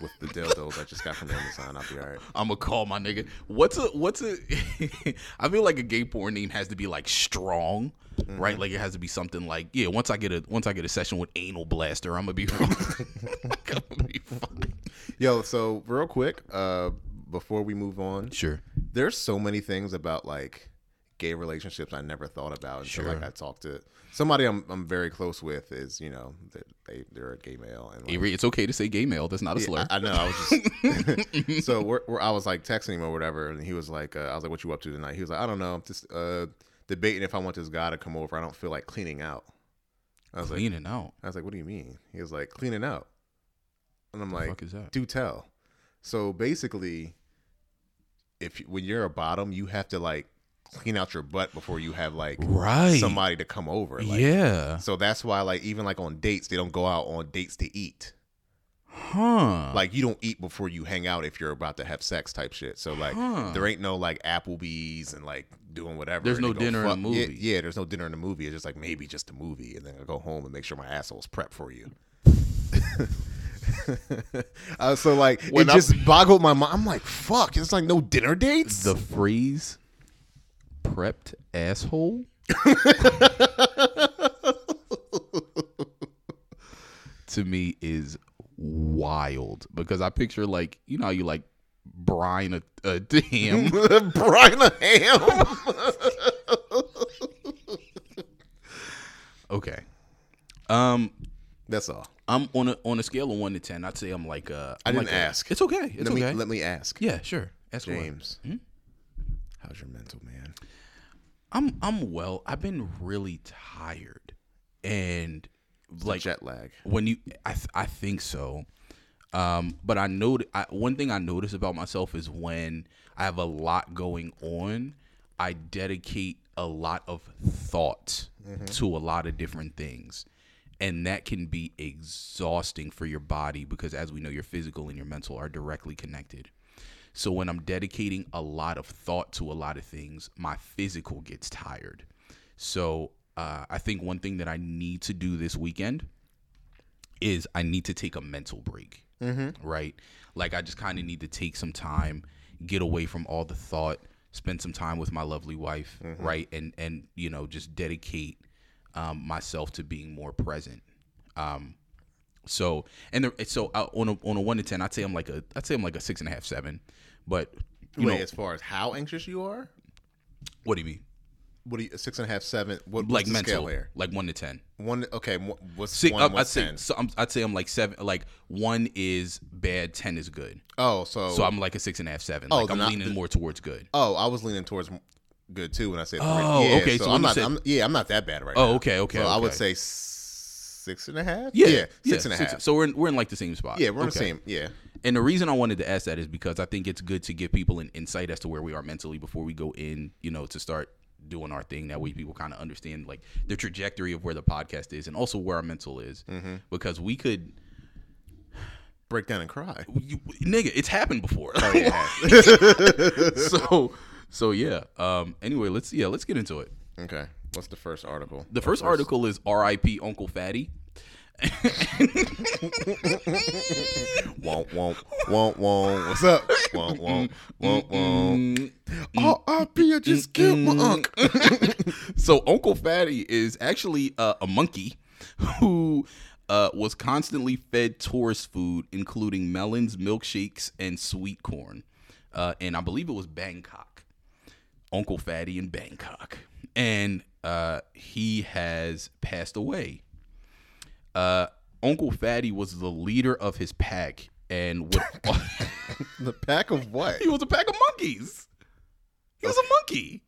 Speaker 3: with the dildos I just got from Amazon, I'll be all right.
Speaker 4: I'm gonna call my nigga. What's a what's a? I feel like a gay porn name has to be like strong,
Speaker 3: Mm-hmm.
Speaker 4: right? Like it has to be something like yeah. Once I get a once I get a session with anal blaster, I'm gonna be, I'm gonna be fine.
Speaker 3: Yo, so real quick, uh, before we move on,
Speaker 4: Sure.
Speaker 3: there's so many things about like gay relationships I never thought about until like
Speaker 4: Sure.
Speaker 3: I talked to somebody I'm I'm very close with is you know they, they they're a gay male and like,
Speaker 4: Avery, it's okay to say gay male. That's not a slur.
Speaker 3: I, I know. I was just so we're, we're, I was like texting him or whatever, and he was like, uh, I was like, "What you up to tonight?" He was like, "I don't know. I'm just uh, debating if I want this guy to come over. I don't feel like cleaning out." I was like,
Speaker 4: Cleaning out.
Speaker 3: I was like, "What do you mean?" He was like, "Cleaning out," and I'm
Speaker 4: Like,
Speaker 3: like,
Speaker 4: fuck is that?
Speaker 3: "Do tell." So basically, if you- when you're a bottom, you have to like clean out your butt before you have like
Speaker 4: Right.
Speaker 3: somebody to come over. Like,
Speaker 4: yeah.
Speaker 3: So that's why like even like on dates, they don't go out on dates to eat
Speaker 4: Huh.
Speaker 3: like you don't eat before you hang out if you're about to have sex type shit. So like
Speaker 4: Huh.
Speaker 3: there ain't no like Applebee's and like doing whatever.
Speaker 4: There's
Speaker 3: and
Speaker 4: no
Speaker 3: they go
Speaker 4: dinner in a
Speaker 3: fuck- yeah,
Speaker 4: movie.
Speaker 3: Yeah, there's no dinner in the movie. It's just like maybe just a movie, and then I go home and make sure my asshole's prepped for you. uh, so like
Speaker 4: When
Speaker 3: it
Speaker 4: I'm-
Speaker 3: just boggled my mind. I'm like, fuck, it's like no dinner dates.
Speaker 4: the freeze prepped asshole. to me is wild because I picture like you know how you like brine a, a damn
Speaker 3: Brian Ham.
Speaker 4: okay um
Speaker 3: That's all.
Speaker 4: I'm on a on a scale of one to ten I'd say I'm like uh
Speaker 3: I
Speaker 4: I'm
Speaker 3: didn't
Speaker 4: like a-
Speaker 3: ask.
Speaker 4: it's okay it's
Speaker 3: let
Speaker 4: okay Hmm?
Speaker 3: me let me ask.
Speaker 4: yeah sure ask away.
Speaker 3: James, how's your mental man?
Speaker 4: I'm I'm well I've been really tired and like
Speaker 3: jet lag.
Speaker 4: when you I, th- I think so um but i know I, one thing i notice about myself is when i have a lot going on i dedicate a lot of thought to a lot of different things and that can be exhausting for your body because as we know your physical and your mental are directly connected so when i'm dedicating a lot of thought to a lot of things my physical gets tired so Uh, I think one thing that I need to do this weekend is I need to take a mental break. Mm-hmm. Right? Like, I just kind of need to take some time, get away from all the thought, spend some time with my lovely wife,
Speaker 3: Mm-hmm.
Speaker 4: right? And, and, you know, just dedicate um, myself to being more present. Um, so and the, so uh, on a on a one to ten, I'd say I'm like a I'd say I'm like a six and a half seven. But you
Speaker 3: Wait,
Speaker 4: know
Speaker 3: as far as how anxious you are,
Speaker 4: what do you mean?
Speaker 3: what do you six and a half, seven?
Speaker 4: Like
Speaker 3: What what's the
Speaker 4: mental,
Speaker 3: scale here?
Speaker 4: like one to ten.
Speaker 3: One okay. mo- What's
Speaker 4: Six,
Speaker 3: one?
Speaker 4: I- I'd
Speaker 3: what's
Speaker 4: say
Speaker 3: ten?
Speaker 4: so I'm, I'd say I'm like seven. Like one is bad, ten is good.
Speaker 3: oh, so,
Speaker 4: So I'm like a six and a half, seven.
Speaker 3: Oh,
Speaker 4: like I'm
Speaker 3: then I-
Speaker 4: leaning more towards good.
Speaker 3: oh, I was leaning towards good too when I said.
Speaker 4: Oh,
Speaker 3: three. Yeah,
Speaker 4: okay,
Speaker 3: So,
Speaker 4: so when
Speaker 3: I'm
Speaker 4: you
Speaker 3: not.
Speaker 4: said-
Speaker 3: I'm, yeah, I'm not that bad right now.
Speaker 4: Oh, okay, okay.
Speaker 3: So I would
Speaker 4: okay.
Speaker 3: say six and a half.
Speaker 4: yeah,
Speaker 3: six and a half.
Speaker 4: So we're in, we're in like the same spot.
Speaker 3: yeah, we're on the
Speaker 4: Okay.
Speaker 3: same. Yeah,
Speaker 4: And the reason I wanted to ask that is because I think it's good to give people an insight as to where we are mentally before we go in, you know, to start doing our thing. That way people kind of understand like the trajectory of where the podcast is and also where our mental is.
Speaker 3: Mm-hmm.
Speaker 4: Because we could,
Speaker 3: break down and cry.
Speaker 4: you, nigga, it's happened before.
Speaker 3: Oh,
Speaker 4: so, so yeah. Um. Anyway, let's yeah, let's get into it.
Speaker 3: Okay, what's the first article?
Speaker 4: The first article is R.I.P. Uncle Fatty.
Speaker 3: Won't won't won't won't. What's up? Won't won't
Speaker 4: Mm,
Speaker 3: won't won't. Oh, I be I just killed my uncle.
Speaker 4: mm, So Uncle Fatty is actually uh, a monkey who uh, was constantly fed tourist food, including melons, milkshakes, and sweet corn. Uh, and I believe it was Bangkok. Uncle Fatty in Bangkok. And uh, he has passed away. Uh, Uncle Fatty was the leader of his pack and would.
Speaker 3: The pack of what?
Speaker 4: he was a pack of monkeys. He was a monkey.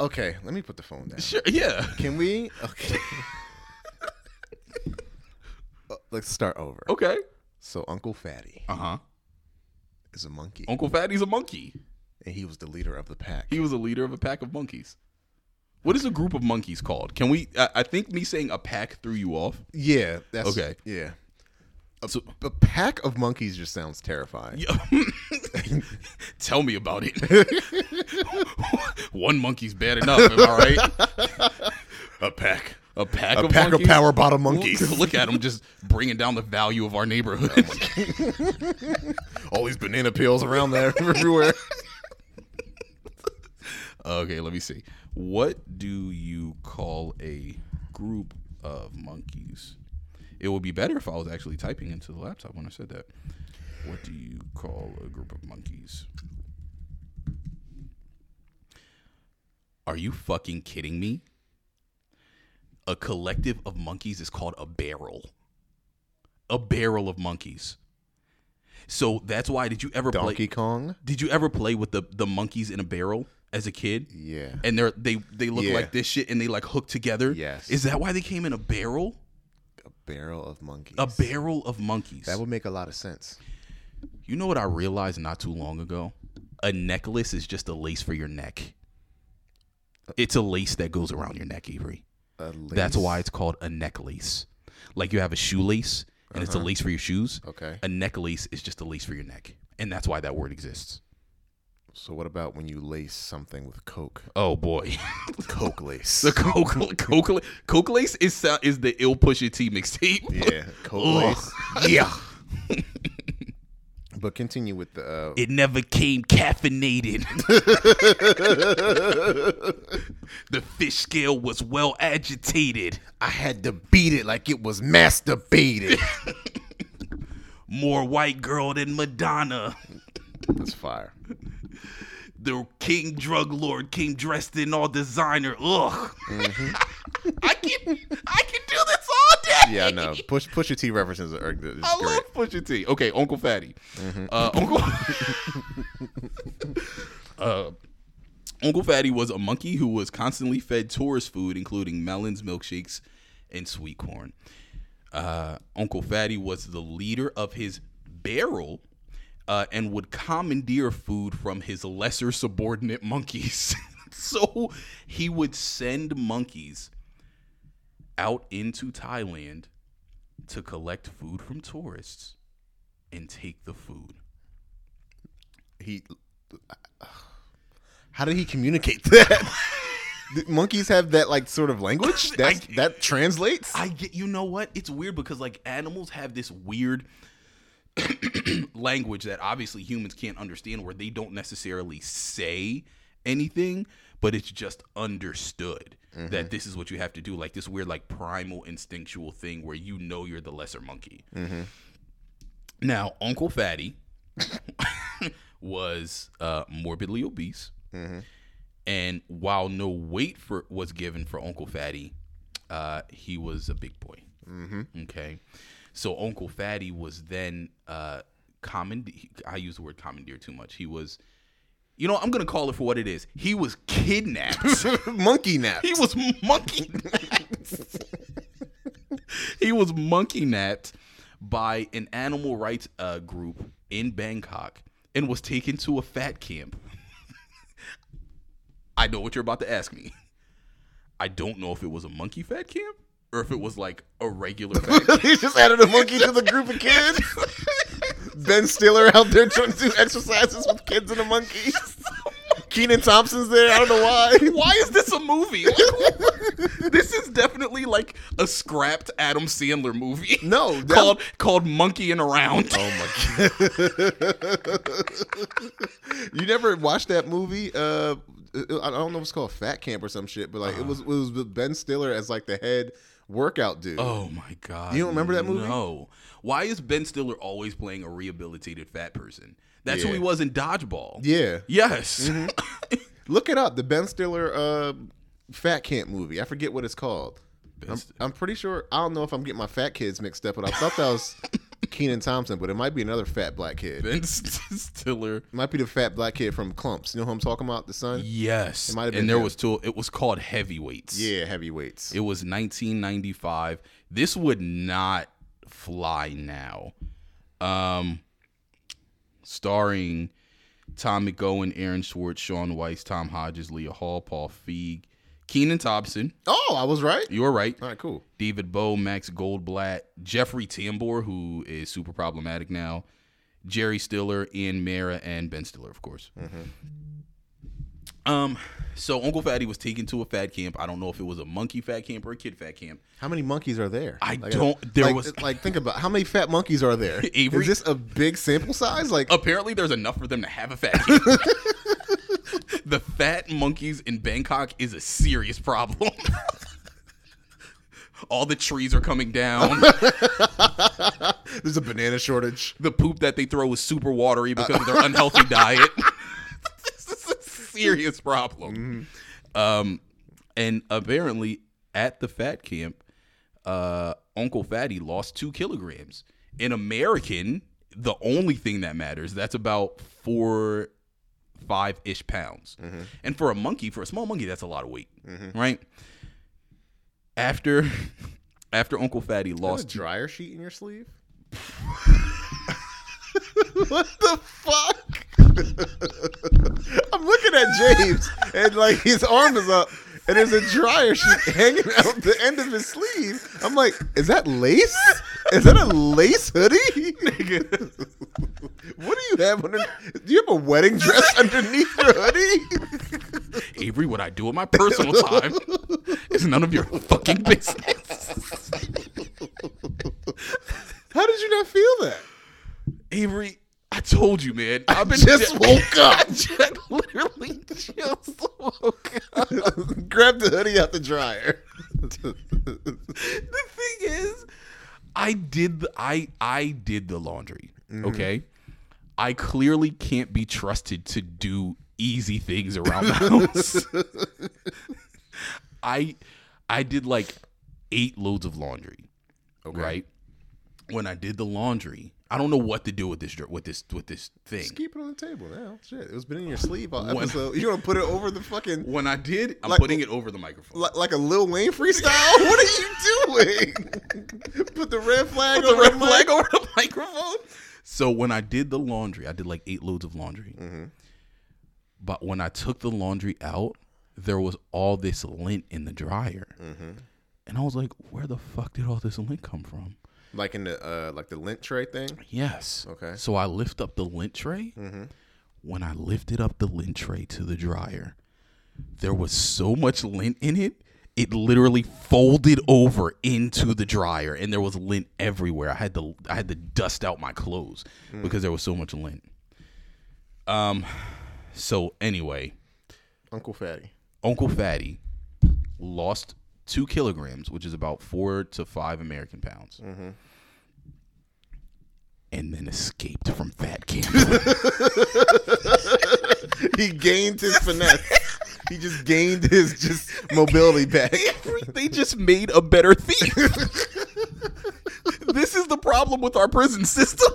Speaker 3: Okay, let me put the phone down.
Speaker 4: Sure, yeah.
Speaker 3: Can we? Okay. Uh, Let's start over.
Speaker 4: Okay.
Speaker 3: So Uncle Fatty
Speaker 4: Uh huh.
Speaker 3: is a monkey,
Speaker 4: Uncle Fatty's a monkey.
Speaker 3: and he was the leader of the pack.
Speaker 4: Oh. He was a leader of a pack of monkeys. What is a group of monkeys called? Can we? I, I think me saying a pack threw you off.
Speaker 3: Yeah. That's,
Speaker 4: Okay.
Speaker 3: Yeah. A,
Speaker 4: So-
Speaker 3: a pack of monkeys just sounds terrifying.
Speaker 4: Yeah. Tell me about it. One monkey's bad enough. Am I right?
Speaker 5: A pack.
Speaker 4: A pack.
Speaker 3: A
Speaker 4: of
Speaker 3: pack
Speaker 4: monkeys?
Speaker 3: of power bottom monkeys.
Speaker 4: Look at them just bringing down the value of our neighborhood.
Speaker 3: All these banana peels around there everywhere.
Speaker 4: okay, let me see. What do you call a group of monkeys? It would be better if I was actually typing into the laptop when I said that. What do you call a group of monkeys? Are you fucking kidding me? A collective of monkeys is called a barrel. A barrel of monkeys. So that's why did you ever play
Speaker 3: Donkey Kong.
Speaker 4: did you ever play with the the monkeys in a barrel as a kid?
Speaker 3: Yeah.
Speaker 4: And they're they they look
Speaker 3: Yeah.
Speaker 4: like this shit and they like hook together.
Speaker 3: Yes.
Speaker 4: Is that why they came in a barrel?
Speaker 3: A barrel of monkeys.
Speaker 4: A barrel of monkeys.
Speaker 3: That would make a lot of sense.
Speaker 4: you know what I realized not too long ago? A necklace is just a lace for your neck. It's a lace that goes around your neck, Avery.
Speaker 3: A
Speaker 4: That's
Speaker 3: lace.
Speaker 4: why it's called a necklace. Like you have a shoelace and it's a lace for your shoes.
Speaker 3: Uh-huh. Okay.
Speaker 4: A necklace is just a lace for your neck. And that's why that word exists.
Speaker 3: So what about when you lace something with Coke?
Speaker 4: Oh boy.
Speaker 3: Coke lace.
Speaker 4: The Coke, Coke, Coke Lace is sou- is the ill Pusha T mixtape.
Speaker 3: yeah. Coke
Speaker 4: Ugh.
Speaker 3: lace.
Speaker 4: yeah.
Speaker 3: But continue with the. Uh,
Speaker 4: It never came caffeinated. the fish scale was well agitated.
Speaker 3: I had to beat it like it was masturbated.
Speaker 4: More white girl than Madonna.
Speaker 3: That's fire.
Speaker 4: The king drug lord came dressed in all designer. Ugh. I can I can do this all day.
Speaker 3: Mm-hmm. Yeah, I know. Push Push your T references are it's
Speaker 4: I
Speaker 3: great. Mm-hmm.
Speaker 4: love Pusha T. Okay, Uncle Fatty. Uh, Uncle. Uh, Uncle Fatty was a monkey who was constantly fed tourist food, including melons, milkshakes, and sweet corn. Uh, Uncle Fatty was the leader of his barrel uh, and would commandeer food from his lesser subordinate monkeys. so he would send monkeys out into Thailand to collect food from tourists and take the food.
Speaker 3: He. How did he communicate that? Th- Monkeys have that like sort of language
Speaker 4: I-
Speaker 3: that that translates.
Speaker 4: I get you know what? It's weird because like animals have this weird language that obviously humans can't understand where they don't necessarily say anything, but it's just understood that this is what you have to do. Like this weird like primal instinctual thing where you know you're the lesser monkey. Now, Uncle Fatty was uh, morbidly obese. And while no weight for was given for Uncle Fatty, uh, he was a big boy. Mm-hmm. Okay, so Uncle Fatty was then uh, command. I use the word commandeer too much. He was, you know, I'm gonna call it for what it is. He was kidnapped.
Speaker 3: Monkey nap.
Speaker 4: He was monkey he was monkey napped by an animal rights uh, group in Bangkok and was taken to a fat camp. I know what you're about to ask me. I don't know if it was a monkey fat camp or if it was like a regular fat camp.
Speaker 3: he just added a monkey to the group of kids. ben Stiller out there trying to do exercises with kids and a monkey. Keenan Thompson's there. I don't know why.
Speaker 4: Why is this a movie? Like, this is definitely like a scrapped Adam Sandler movie.
Speaker 3: No, that-
Speaker 4: called called Monkey and Around.
Speaker 3: Oh my god! you never watched that movie? Uh, I don't know what's called Fat Camp or some shit, but like it was it was with Ben Stiller as like the head workout dude.
Speaker 4: Oh my god!
Speaker 3: You don't remember that movie?
Speaker 4: No. Why is Ben Stiller always playing a rehabilitated fat person? That's who
Speaker 3: Yeah.
Speaker 4: he was in Dodgeball.
Speaker 3: Yeah, Mm-hmm.
Speaker 4: Yes.
Speaker 3: look it up. The Ben Stiller uh, Fat Camp movie. I forget what it's called. I'm, I'm pretty sure. I don't know if I'm getting my fat kids mixed up, but I thought that was Keenan Thompson, but it might be another fat black kid. It
Speaker 4: ben St- Stiller.
Speaker 3: might be the fat black kid from Clumps. You know who I'm talking about? The son.
Speaker 4: Yes.
Speaker 3: It might have been
Speaker 4: and there
Speaker 3: him.
Speaker 4: was two. It was called Heavyweights.
Speaker 3: Yeah, heavyweights.
Speaker 4: It was 1995. This would not fly now. Um, starring Tom McGowan, Aaron Schwartz, Sean Weiss, Tom Hodges, Leah Hall, Paul Feig, Keenan Thompson.
Speaker 3: Oh, I was right.
Speaker 4: You were right.
Speaker 3: All right, cool.
Speaker 4: David Bowe, Max Goldblatt, Jeffrey Tambor, who is super problematic now, Jerry Stiller, Ian Mara, and Ben Stiller, of course. Um, so Uncle Fatty was taken to a fat camp. I don't know if it was a monkey fat camp or a kid fat camp.
Speaker 3: How many monkeys are there?
Speaker 4: I
Speaker 3: Like, uh,
Speaker 4: don't- there
Speaker 3: like,
Speaker 4: was-
Speaker 3: like think about how many fat monkeys are there.
Speaker 4: Avery-
Speaker 3: Is this a big sample size? Like
Speaker 4: Apparently, there's enough for them to have a fat camp. the fat monkeys in Bangkok is a serious problem. All the trees are coming down.
Speaker 3: there's a banana shortage.
Speaker 4: the poop that they throw is super watery because of their unhealthy diet. this is a serious problem. Um, and apparently, at the fat camp, uh, Uncle Fatty lost two kilograms. In American, the only thing that matters, that's about four, five ish pounds. And for a monkey, for a small monkey, that's a lot of weight, right? After. After Uncle Fatty
Speaker 3: Lost
Speaker 4: lost two
Speaker 3: dryer sheet in your sleeve? what the fuck? I'm looking at James and like his arm is up and there's a dryer sheet hanging out the end of his sleeve. I'm like, is that lace? Is that a lace hoodie? what do you have under do you have a wedding dress underneath your hoodie?
Speaker 4: Avery, what I do in my personal time is none of your fucking business.
Speaker 3: How did you not feel that?
Speaker 4: Avery, I told you, man. I've been
Speaker 3: just woke up.
Speaker 4: I just literally just woke up.
Speaker 3: Grab the hoodie out the dryer.
Speaker 4: The thing is, I did the I I did the laundry.
Speaker 3: Mm-hmm.
Speaker 4: Okay. I clearly can't be trusted to do easy things around the house. I I did like eight loads of laundry. Right? When I did the laundry, I don't know what to do with this dr- with this with this thing.
Speaker 3: Just keep it on the table now. Shit, it was been in your sleeve all
Speaker 4: When-
Speaker 3: episode. You're gonna put it over the fucking
Speaker 4: When I did, I'm
Speaker 3: Like-
Speaker 4: putting it over the microphone.
Speaker 3: like, like a Lil Wayne freestyle. what are you doing? put the red flag
Speaker 4: the
Speaker 3: over
Speaker 4: red
Speaker 3: the
Speaker 4: flag over the microphone. So when I did the laundry, I did like eight loads of laundry.
Speaker 3: Mm-hmm.
Speaker 4: But when I took the laundry out, there was all this lint in the dryer,
Speaker 3: Mm-hmm.
Speaker 4: and I was like, "Where the fuck did all this lint come from?"
Speaker 3: Like in the uh, like the lint tray thing.
Speaker 4: Yes.
Speaker 3: Okay.
Speaker 4: So I lift up the lint tray. When I lifted up the lint tray to the dryer, There was so much lint in it, it literally folded over into the dryer, and there was lint everywhere. I had to I had to dust out my clothes because there was so much lint. Um, so anyway,
Speaker 3: Uncle Fatty.
Speaker 4: Uncle Fatty lost two kilograms, which is about four to five American pounds, and then escaped from fat camp.
Speaker 3: He gained his finesse. He just gained his just mobility back.
Speaker 4: they just made a better thief. this is the problem with our prison system.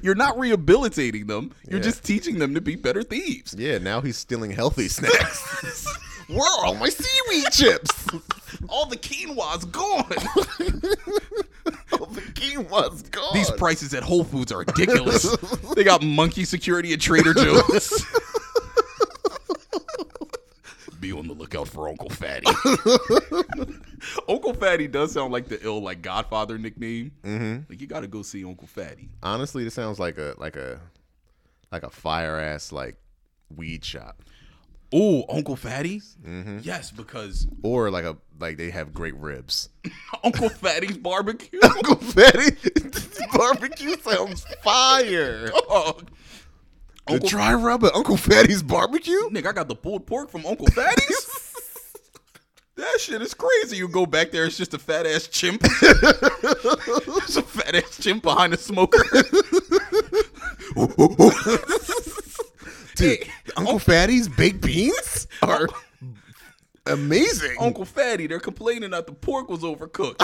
Speaker 4: You're not rehabilitating them. You're
Speaker 3: Yeah.
Speaker 4: just teaching them to be better thieves.
Speaker 3: Yeah, now he's stealing healthy snacks. Where are all my seaweed chips?
Speaker 4: All the quinoa's gone.
Speaker 3: all the quinoa's gone.
Speaker 4: These prices at Whole Foods are ridiculous. they got monkey security at Trader Joe's. Be on the lookout for Uncle Fatty. Uncle Fatty does sound like the ill, like Godfather nickname. Mm-hmm. Like you got to go see Uncle Fatty.
Speaker 3: Honestly, this sounds like a like a like a fire ass like weed shop
Speaker 4: Oh, Uncle Fatty? Yes, because
Speaker 3: or like a like they have great ribs.
Speaker 4: Uncle Fatty's barbecue.
Speaker 3: Uncle Fatty barbecue sounds fire.
Speaker 4: Oh,
Speaker 3: The dry rub at Uncle Fatty's barbecue?
Speaker 4: nigga, I got the pulled pork from Uncle Fatty's. that shit is crazy. You go back there, it's just a fat ass chimp. There's a fat ass chimp behind a smoker.
Speaker 3: Dude, Uncle Fatty's baked beans are amazing.
Speaker 4: Uncle Fatty, they're complaining that the pork was overcooked.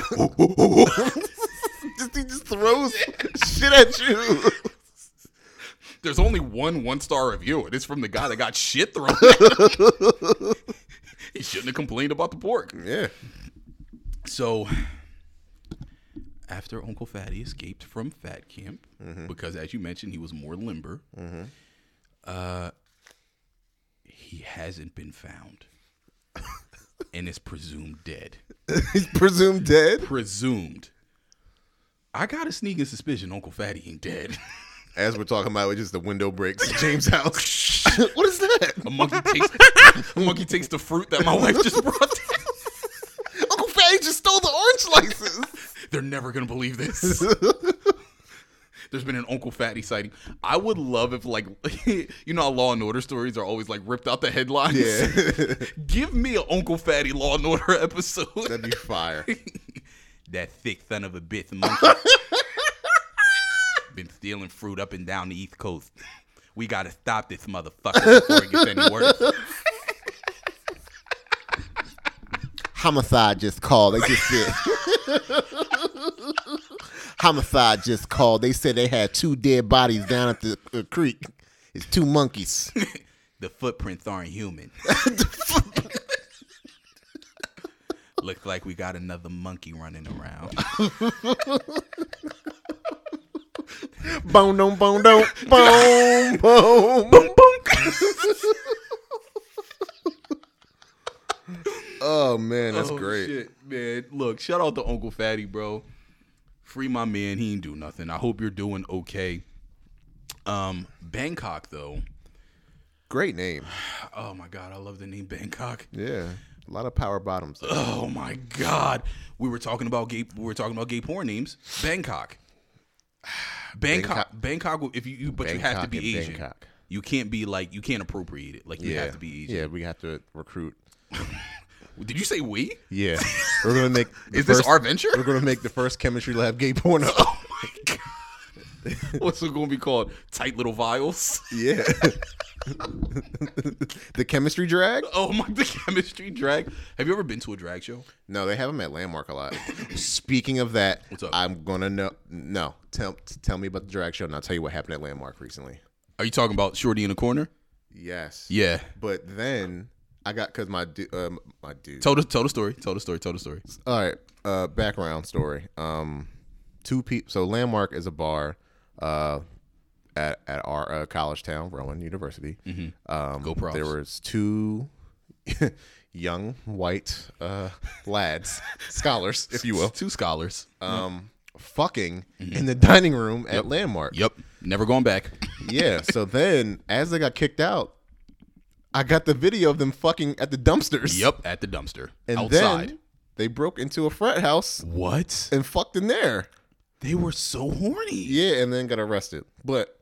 Speaker 3: just, he just throws shit at you.
Speaker 4: There's only one one star review, and it's from the guy that got shit thrown. he shouldn't have complained about the pork.
Speaker 3: Yeah.
Speaker 4: So, after Uncle Fatty escaped from Fat Camp, because as you mentioned, he was more limber, uh, he hasn't been found and is presumed dead.
Speaker 3: He's presumed dead.
Speaker 4: Presumed. I got a sneaking suspicion Uncle Fatty ain't dead.
Speaker 3: As we're talking about, it just the window breaks. James House. what is that?
Speaker 4: A monkey takes a monkey takes the fruit that my wife just brought. Down.
Speaker 3: Uncle Fatty just stole the orange slices.
Speaker 4: They're never gonna believe this. There's been an Uncle Fatty sighting. I would love if, like, you know, how Law and Order stories are always like ripped out the headlines.
Speaker 3: Yeah.
Speaker 4: Give me an Uncle Fatty Law and Order episode.
Speaker 3: That'd be fire.
Speaker 4: that thick son of a bitch monkey been stealing fruit up and down the East Coast. We gotta stop this motherfucker before it gets any worse.
Speaker 3: Homicide just called. They just said. Homicide just called. They said they had two dead bodies down at the uh, creek. It's two monkeys.
Speaker 4: The footprints aren't human. Looks like we got another monkey running around.
Speaker 3: Boom, boom, boom, boom, boom, boom. Oh man, that's
Speaker 4: Oh,
Speaker 3: great.
Speaker 4: shit, man. Look, shout out to Uncle Fatty, bro. Free my man. He ain't do nothing. I hope you're doing okay. Um, Bangkok though.
Speaker 3: Great name.
Speaker 4: Oh my god, I love the name Bangkok.
Speaker 3: Yeah, a lot of power bottoms.
Speaker 4: Oh my god, we were talking about gay. We were talking about gay porn names. Bangkok. Bangkok, Bangkok. will- If you, you but you have to
Speaker 3: Bangkok and
Speaker 4: be Asian.
Speaker 3: Bangkok.
Speaker 4: You can't be like you can't appropriate it. Like you
Speaker 3: yeah,
Speaker 4: have to be Asian.
Speaker 3: yeah, we have to recruit.
Speaker 4: Did you say we?
Speaker 3: Yeah, we're gonna make. the
Speaker 4: Is this
Speaker 3: first-
Speaker 4: our venture?
Speaker 3: We're gonna make the first chemistry lab gay porno.
Speaker 4: Oh my god. What's it gonna be called? Tight little vials.
Speaker 3: yeah. the chemistry drag?
Speaker 4: Oh my, the chemistry drag. Have you ever been to a drag show?
Speaker 3: No, they have them at Landmark a lot. Speaking of that,
Speaker 4: What's up?
Speaker 3: I'm gonna know. No, tell tell me about the drag show, and I'll tell you what happened at Landmark recently.
Speaker 4: Are you talking about Shorty in the corner?
Speaker 3: Yes.
Speaker 4: Yeah.
Speaker 3: But then I got because my du- um, my dude.
Speaker 4: Tell the tell the story. Tell the story. Tell the story.
Speaker 3: All right. Uh, background story. Um, two people. So Landmark is a bar, uh, at at our uh, college town, Rowan University. Um,
Speaker 4: Mm-hmm. Go Props.
Speaker 3: There was two young white uh lads, scholars, if you will,
Speaker 4: Two scholars.
Speaker 3: um, fucking
Speaker 4: Mm-hmm.
Speaker 3: in the dining room at Landmark.
Speaker 4: Yep. Never going back.
Speaker 3: Yeah. So then, as they got kicked out, I got the video of them fucking at the dumpsters.
Speaker 4: Yep, at the dumpster
Speaker 3: And
Speaker 4: outside.
Speaker 3: then they broke into a frat house
Speaker 4: what?
Speaker 3: and fucked in there.
Speaker 4: They were so horny.
Speaker 3: Yeah, and then got arrested. But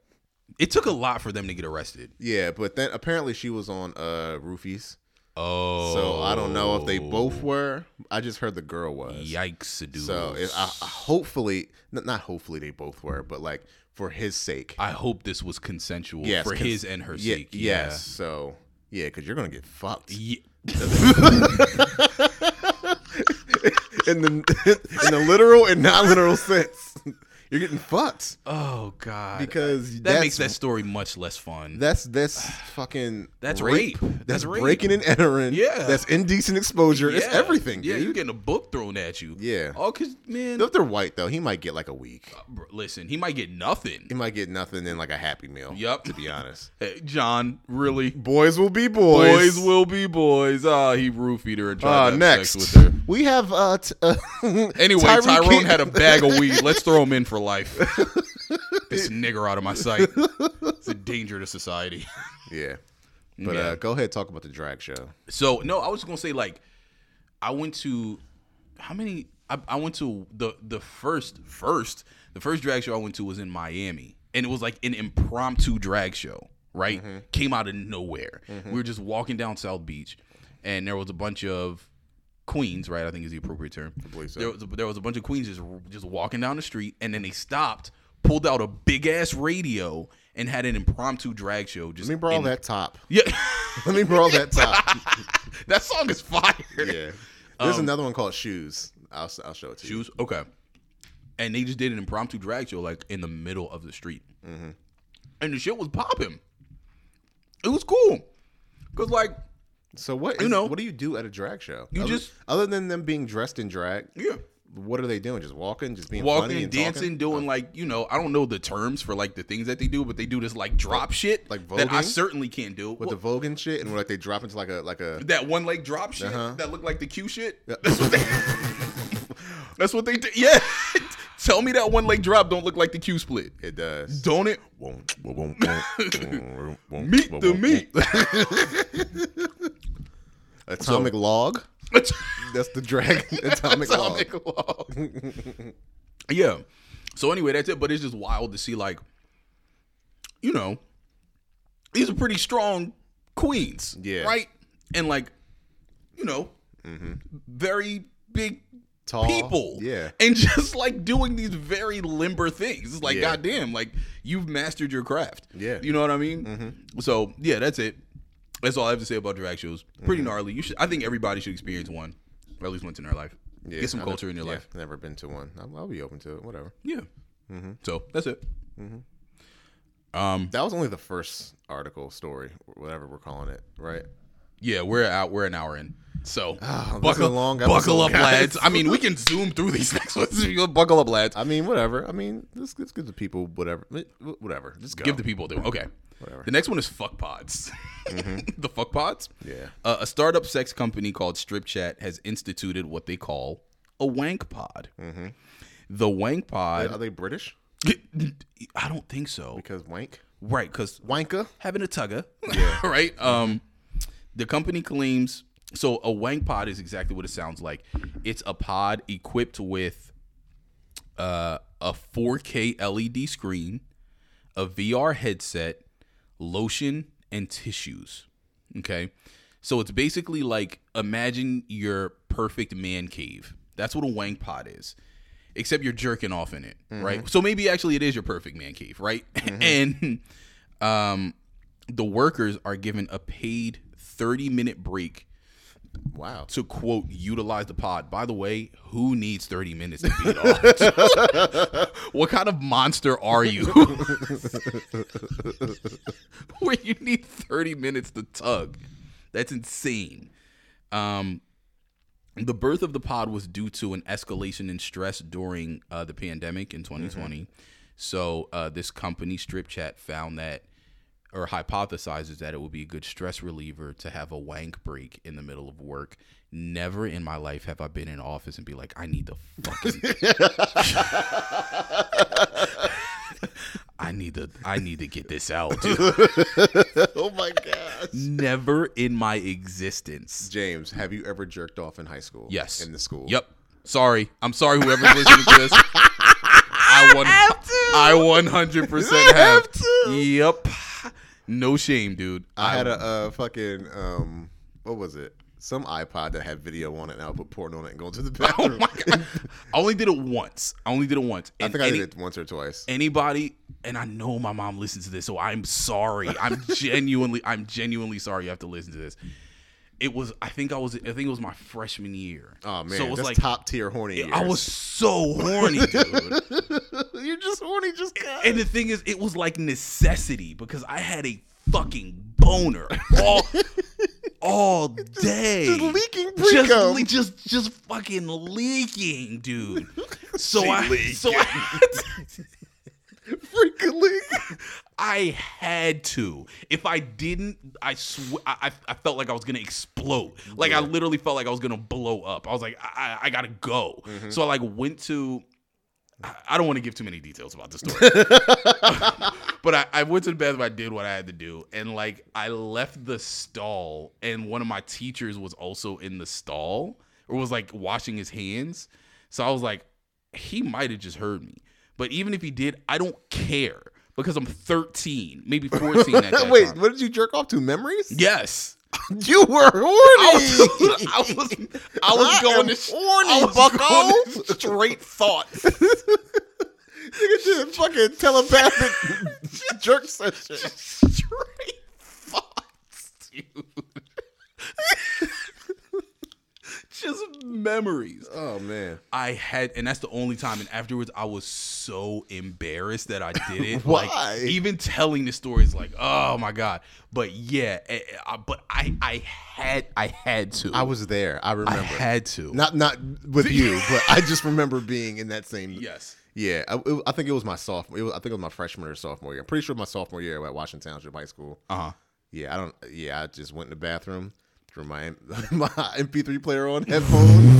Speaker 4: It took a lot for them to get arrested.
Speaker 3: yeah, but then apparently she was on uh roofies.
Speaker 4: Oh,
Speaker 3: So I don't know if they both were. I just heard the girl was.
Speaker 4: Yikes, dude.
Speaker 3: So it, I, I- hopefully, n- not hopefully they both were, but like for his sake.
Speaker 4: I hope this was consensual
Speaker 3: Yes,
Speaker 4: for
Speaker 3: 'cause-
Speaker 4: his and her
Speaker 3: Ye-
Speaker 4: sake.
Speaker 3: Yes. So yeah, because you're gonna get fucked.
Speaker 4: Yeah.
Speaker 3: in the in the literal and non literal sense. You're getting fucked
Speaker 4: Oh God.
Speaker 3: because
Speaker 4: that
Speaker 3: that's,
Speaker 4: makes that story much less fun.
Speaker 3: that's that's fucking
Speaker 4: That's rape.
Speaker 3: That's,
Speaker 4: That's rape.
Speaker 3: breaking and entering.
Speaker 4: Yeah.
Speaker 3: that's indecent exposure. It's everything.
Speaker 4: Yeah,
Speaker 3: dude.
Speaker 4: you getting a book thrown at you.
Speaker 3: Yeah.
Speaker 4: Oh, cause man,
Speaker 3: if they're white though, he might get like a week.
Speaker 4: bro, listen, he might get nothing.
Speaker 3: He might get nothing and like a happy meal.
Speaker 4: Yup.
Speaker 3: To be honest,
Speaker 4: Hey, John, really?
Speaker 3: boys will be boys.
Speaker 4: Boys will be boys. Ah, he roofied her and tried
Speaker 3: Uh,
Speaker 4: to have
Speaker 3: next,
Speaker 4: sex with her.
Speaker 3: we have uh, t- uh
Speaker 4: Anyway,
Speaker 3: Tyreek
Speaker 4: Tyrone
Speaker 3: Hill-
Speaker 4: had a bag of weed. Let's throw him in for life. this nigger out of my sight. It's a danger to society.
Speaker 3: yeah. But
Speaker 4: Yeah.
Speaker 3: uh, go ahead, talk about the drag show.
Speaker 4: So no, I was gonna say like, I went to how many? I, I went to the the first first the first drag show I went to was in Miami, and it was like an impromptu drag show. Right,
Speaker 3: Mm-hmm.
Speaker 4: came out of nowhere. We were just walking down South Beach, and there was a bunch of queens. Right, I think is the appropriate term. There was a, there was a bunch of queens just just walking down the street, and then they stopped, pulled out a big ass radio, and had an impromptu drag show. Just
Speaker 3: Let me borrow
Speaker 4: in-
Speaker 3: that top.
Speaker 4: Yeah.
Speaker 3: Let me borrow that top.
Speaker 4: That song is fire.
Speaker 3: yeah. There's another one called Shoes. I'll, s- I'll show it to you.
Speaker 4: Um, Shoes. Okay. And they just did an impromptu drag show like in the middle of the street,
Speaker 3: Mm-hmm.
Speaker 4: and the shit was popping. It was cool, cause like
Speaker 3: So what? Is,
Speaker 4: You know.
Speaker 3: what do you do at a drag show?
Speaker 4: You
Speaker 3: other,
Speaker 4: just-
Speaker 3: other than them being dressed in drag.
Speaker 4: yeah,
Speaker 3: What are they doing? Just walking, just being
Speaker 4: walking
Speaker 3: funny
Speaker 4: and dancing,
Speaker 3: talking? Oh.
Speaker 4: doing like you know I don't know the terms for like the things that they do, but they do this like drop shit
Speaker 3: like
Speaker 4: that I
Speaker 3: voguing?
Speaker 4: certainly can't do.
Speaker 3: with
Speaker 4: Well,
Speaker 3: the Vogue and shit, and like they drop into like a like a
Speaker 4: that one leg drop shit
Speaker 3: Uh-huh.
Speaker 4: that looked like the Q shit. That's what they. that's what they did. Yeah. Tell me that one leg drop don't look like the Q split.
Speaker 3: it does.
Speaker 4: Don't it? Meet the meat.
Speaker 3: Atomic log. That's the drag. Atomic, log.
Speaker 4: yeah. So anyway, that's it. But it's just wild to see like, you know, these are pretty strong queens.
Speaker 3: Yeah.
Speaker 4: Right? And like, you know, very big
Speaker 3: Tall.
Speaker 4: people.
Speaker 3: Yeah.
Speaker 4: And just like doing these very limber things. It's like,
Speaker 3: Yeah.
Speaker 4: goddamn, like you've mastered your craft.
Speaker 3: Yeah. Mm-hmm.
Speaker 4: You know what I mean? So yeah, that's it. That's all I have to say about drag shows.
Speaker 3: Mm-hmm.
Speaker 4: Pretty gnarly. You should I think everybody should experience one. Or at least once in their life.
Speaker 3: Yeah,
Speaker 4: Get some
Speaker 3: I've
Speaker 4: culture
Speaker 3: nev-
Speaker 4: in your
Speaker 3: yeah,
Speaker 4: life.
Speaker 3: Never been to one. I'll, I'll be open to it. Whatever.
Speaker 4: Yeah.
Speaker 3: Mm-hmm.
Speaker 4: So that's it. Um.
Speaker 3: That was only the first article story, whatever we're calling it, right?
Speaker 4: Yeah, we're out. We're an hour in. So
Speaker 3: Ah, this
Speaker 4: buckle,
Speaker 3: is a long
Speaker 4: buckle
Speaker 3: episode,
Speaker 4: up,
Speaker 3: guys.
Speaker 4: lads. I mean, we can zoom through these next ones. You buckle up, lads.
Speaker 3: I mean, whatever. I mean, let's, let's give the people whatever. Whatever. Just go.
Speaker 4: Give the people a do. Okay.
Speaker 3: Whatever. Mm-hmm.
Speaker 4: The next one is fuck pods. the fuck pods.
Speaker 3: Yeah.
Speaker 4: Uh, a startup sex company called Strip Chat has instituted what they call a wank pod.
Speaker 3: Mm-hmm.
Speaker 4: The wank
Speaker 3: Are
Speaker 4: pod.
Speaker 3: they British?
Speaker 4: I don't think so.
Speaker 3: Because wank.
Speaker 4: Right, because
Speaker 3: Wanker.
Speaker 4: having a tugger. right? Um the company claims so a wank pod is exactly what it sounds like. It's a pod equipped with uh a 4K LED E screen, a VR headset, lotion and tissues. Okay? So it's basically like imagine your perfect man cave. That's what a wank pod is. Except you're jerking off in it, right? So maybe actually it is your perfect man cave, right? and um the workers are given a paid 30 minute break
Speaker 3: Wow.
Speaker 4: to quote utilize the pod. By the way, who needs 30 minutes to beat off? what kind of monster are you? Where you need 30 minutes to tug. That's insane. Um the birth of the pod was due to an escalation in stress during uh, the pandemic in 2020. So uh, this company, Strip Chat, found that or hypothesizes that it would be a good stress reliever to have a wank break in the middle of work. Never in my life have I been in office and be like, I need to fucking. I need to I need to get this out.
Speaker 3: oh my gosh.
Speaker 4: Never in my existence.
Speaker 3: James, have you ever jerked off in high school?
Speaker 4: Yes.
Speaker 3: In the school.
Speaker 4: Yep. Sorry. I'm sorry whoever's listening to this. I one I 100% have. Yep. No shame, dude.
Speaker 3: I had a uh, fucking um, what was it? Some iPod that had video on it, and I would put porn on it and go to the
Speaker 4: Oh
Speaker 3: bathroom.
Speaker 4: my god. I only did it once. I only did it once.
Speaker 3: I
Speaker 4: And
Speaker 3: think I
Speaker 4: any-
Speaker 3: did it once or twice.
Speaker 4: anybody and i know my mom listens to this so i'm sorry i'm genuinely i'm genuinely sorry you have to listen to this it was i think i was i think it was my freshman year
Speaker 3: Oh man,
Speaker 4: so it was
Speaker 3: that's
Speaker 4: like
Speaker 3: top tier horny. Years.
Speaker 4: i was so horny dude
Speaker 3: You're just horny, just cause.
Speaker 4: and the thing is it was like necessity because i had a fucking boner all all day
Speaker 3: just leaking
Speaker 4: just,
Speaker 3: pre-cum.
Speaker 4: le- just just fucking leaking dude so
Speaker 5: She
Speaker 4: i so i
Speaker 3: freaking leak.
Speaker 4: I had to. If I didn't, I sw- I, I I felt like I was gonna explode. Like I literally felt like I was gonna blow up. I was like, I, I, I gotta go. So I like went to. I- I don't want to give too many details about the story, but I, I went to the bathroom. I did what I had to do, and like I left the stall, and one of my teachers was also in the stall or was like washing his hands. So I was like, he might have just heard me. But even if he did, I don't care because I'm 13, maybe 14 at that
Speaker 3: Wait,
Speaker 4: time.
Speaker 3: what did you jerk off to? Memories?
Speaker 4: Yes.
Speaker 3: You were
Speaker 4: I
Speaker 3: horny.
Speaker 4: was, I was, I was going to sh- I was going to straight thoughts.
Speaker 3: Nigga did a fucking telepathic jerk session.
Speaker 4: straight thoughts, dude. Just memories.
Speaker 3: Oh man.
Speaker 4: I had, and that's the only time. And afterwards, I was so embarrassed that I did it.
Speaker 3: Why?
Speaker 4: Like, even telling the story is like, oh my god. But yeah, eh, eh, I- but I, I had, I had to.
Speaker 3: I was there.
Speaker 4: I
Speaker 3: I remember.
Speaker 4: had to.
Speaker 3: not not with you, but I just remember being in that same.
Speaker 4: yes.
Speaker 3: Yeah, I, it- I think it was my sophomore. It was, I think it was my freshman or sophomore year. I'm pretty sure my sophomore year at Washington Township High School.
Speaker 4: Uh huh.
Speaker 3: Yeah, I don't. Yeah, I just went in the bathroom, threw my my MP3 player on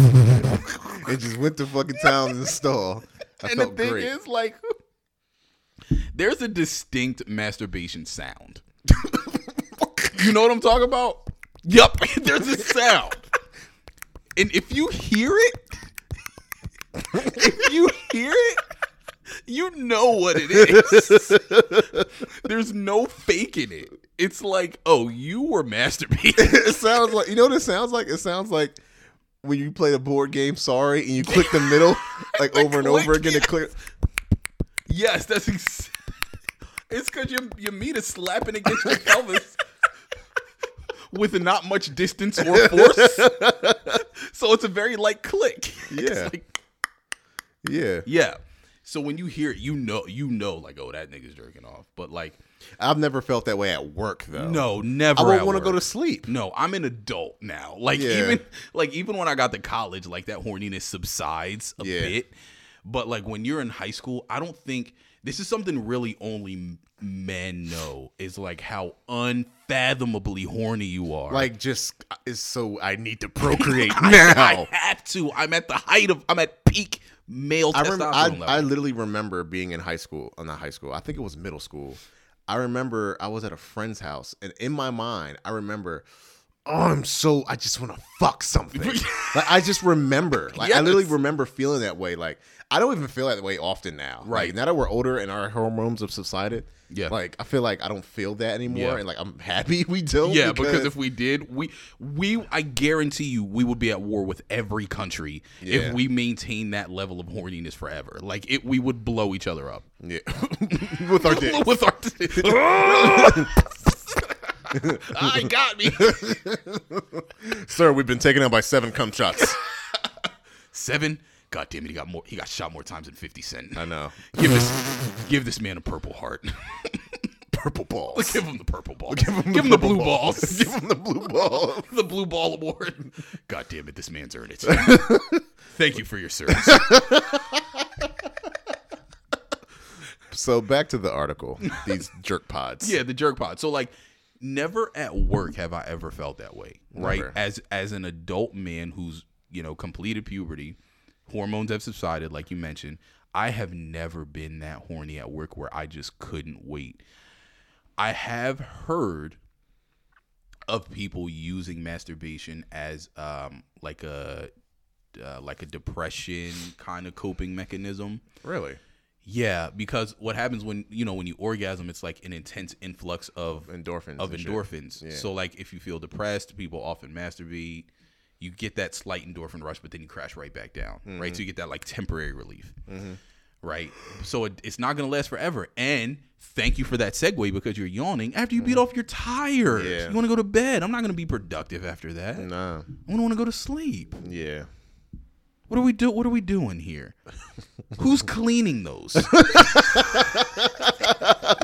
Speaker 3: headphones, and just went to fucking town in the stall. I
Speaker 4: and the
Speaker 3: felt
Speaker 4: thing
Speaker 3: great.
Speaker 4: is, like, there's a distinct masturbation sound. you know what I'm talking about? Yup, there's a sound. and if you hear it, if you hear it, you know what it is. There's no faking it. It's like, oh, you were masturbating.
Speaker 3: it sounds like you know what it sounds like. It sounds like when you play the board game Sorry and you click the middle like over and over
Speaker 4: click,
Speaker 3: again. to click.
Speaker 4: yes, that's ex- it's because your your meat is slapping against your pelvis with not much distance or force. so it's a very light click. It's
Speaker 3: Yeah.
Speaker 4: like-
Speaker 3: Yeah,
Speaker 4: yeah. So when you hear it, you know, you know, like, oh, that nigga's jerking off. But like,
Speaker 3: I've never felt that way at work though.
Speaker 4: no, never.
Speaker 3: I
Speaker 4: at
Speaker 3: won't want to go
Speaker 4: work.
Speaker 3: to sleep.
Speaker 4: No, I'm an adult now. Like
Speaker 3: Yeah.
Speaker 4: even like even when I got to college, like that horniness subsides a
Speaker 3: Yeah.
Speaker 4: bit. But like when you're in high school, I don't think this is something really only m- men know is like how unfathomably horny you are.
Speaker 3: Like just is so I need to procreate
Speaker 4: I,
Speaker 3: now.
Speaker 4: I have to. I'm at the height of I'm at peak male
Speaker 3: I remember.
Speaker 4: testosterone
Speaker 3: I,
Speaker 4: level.
Speaker 3: I literally remember being in high school. uh, Not high school. I think it was middle school. I remember I was at a friend's house, and in my mind, I remember. Oh, I'm so. I just want to fuck something. like I just remember. Like I literally
Speaker 4: Yes.
Speaker 3: remember feeling that way. Like I don't even feel that way often now.
Speaker 4: Right.
Speaker 3: Like, now that we're older and our hormones have subsided.
Speaker 4: Yeah.
Speaker 3: Like I feel like I don't feel that anymore,
Speaker 4: Yeah.
Speaker 3: and like I'm happy we don't.
Speaker 4: yeah, because if we did, we we I guarantee you we would be at war with every country
Speaker 3: Yeah.
Speaker 4: if we maintain that level of horniness forever. Like it we would blow each other up.
Speaker 3: yeah. with our dick.
Speaker 4: with our I Ah, got me.
Speaker 3: Sir, we've been taken out by seven cum shots.
Speaker 4: Seven. God damn it, he got more he got shot more times than fifty cent.
Speaker 3: I know.
Speaker 4: Give this give this man a purple heart.
Speaker 3: Purple balls.
Speaker 4: give him the purple ball.
Speaker 3: Give him the
Speaker 4: give him the
Speaker 3: purple
Speaker 4: blue
Speaker 3: balls.
Speaker 4: balls.
Speaker 3: Give him the blue ball.
Speaker 4: the blue ball award. God damn it, this man's earned it. Thank you for your service.
Speaker 3: So back to the article. These jerk pods.
Speaker 4: Yeah, the jerk pod. So like never at work have I ever felt that way. Right?
Speaker 3: Never.
Speaker 4: As as an adult man who's, you know, completed puberty, hormones have subsided, like you mentioned. I have never been that horny at work where I just couldn't wait. I have heard of people using masturbation as um like a uh, like a depression kind of coping mechanism.
Speaker 3: Really?
Speaker 4: Yeah, because what happens when you know when you orgasm, it's like an intense influx of
Speaker 3: Endorphins.
Speaker 4: of
Speaker 3: and shit.
Speaker 4: endorphins.
Speaker 3: Yeah.
Speaker 4: So like if you feel depressed, people often masturbate. You get that slight endorphin rush, but then you crash right back down,
Speaker 3: Mm-hmm.
Speaker 4: right? So you get that like temporary relief, right? So it, it's not gonna last forever. And thank you for that segue because you're yawning after you beat off. You're tired.
Speaker 3: Mm-hmm. Yeah.
Speaker 4: You want to go to bed. I'm not gonna be productive after that. I'm
Speaker 3: Nah.
Speaker 4: gonna want to go to sleep.
Speaker 3: Yeah.
Speaker 4: What are we do? What are we doing here? Who's cleaning those?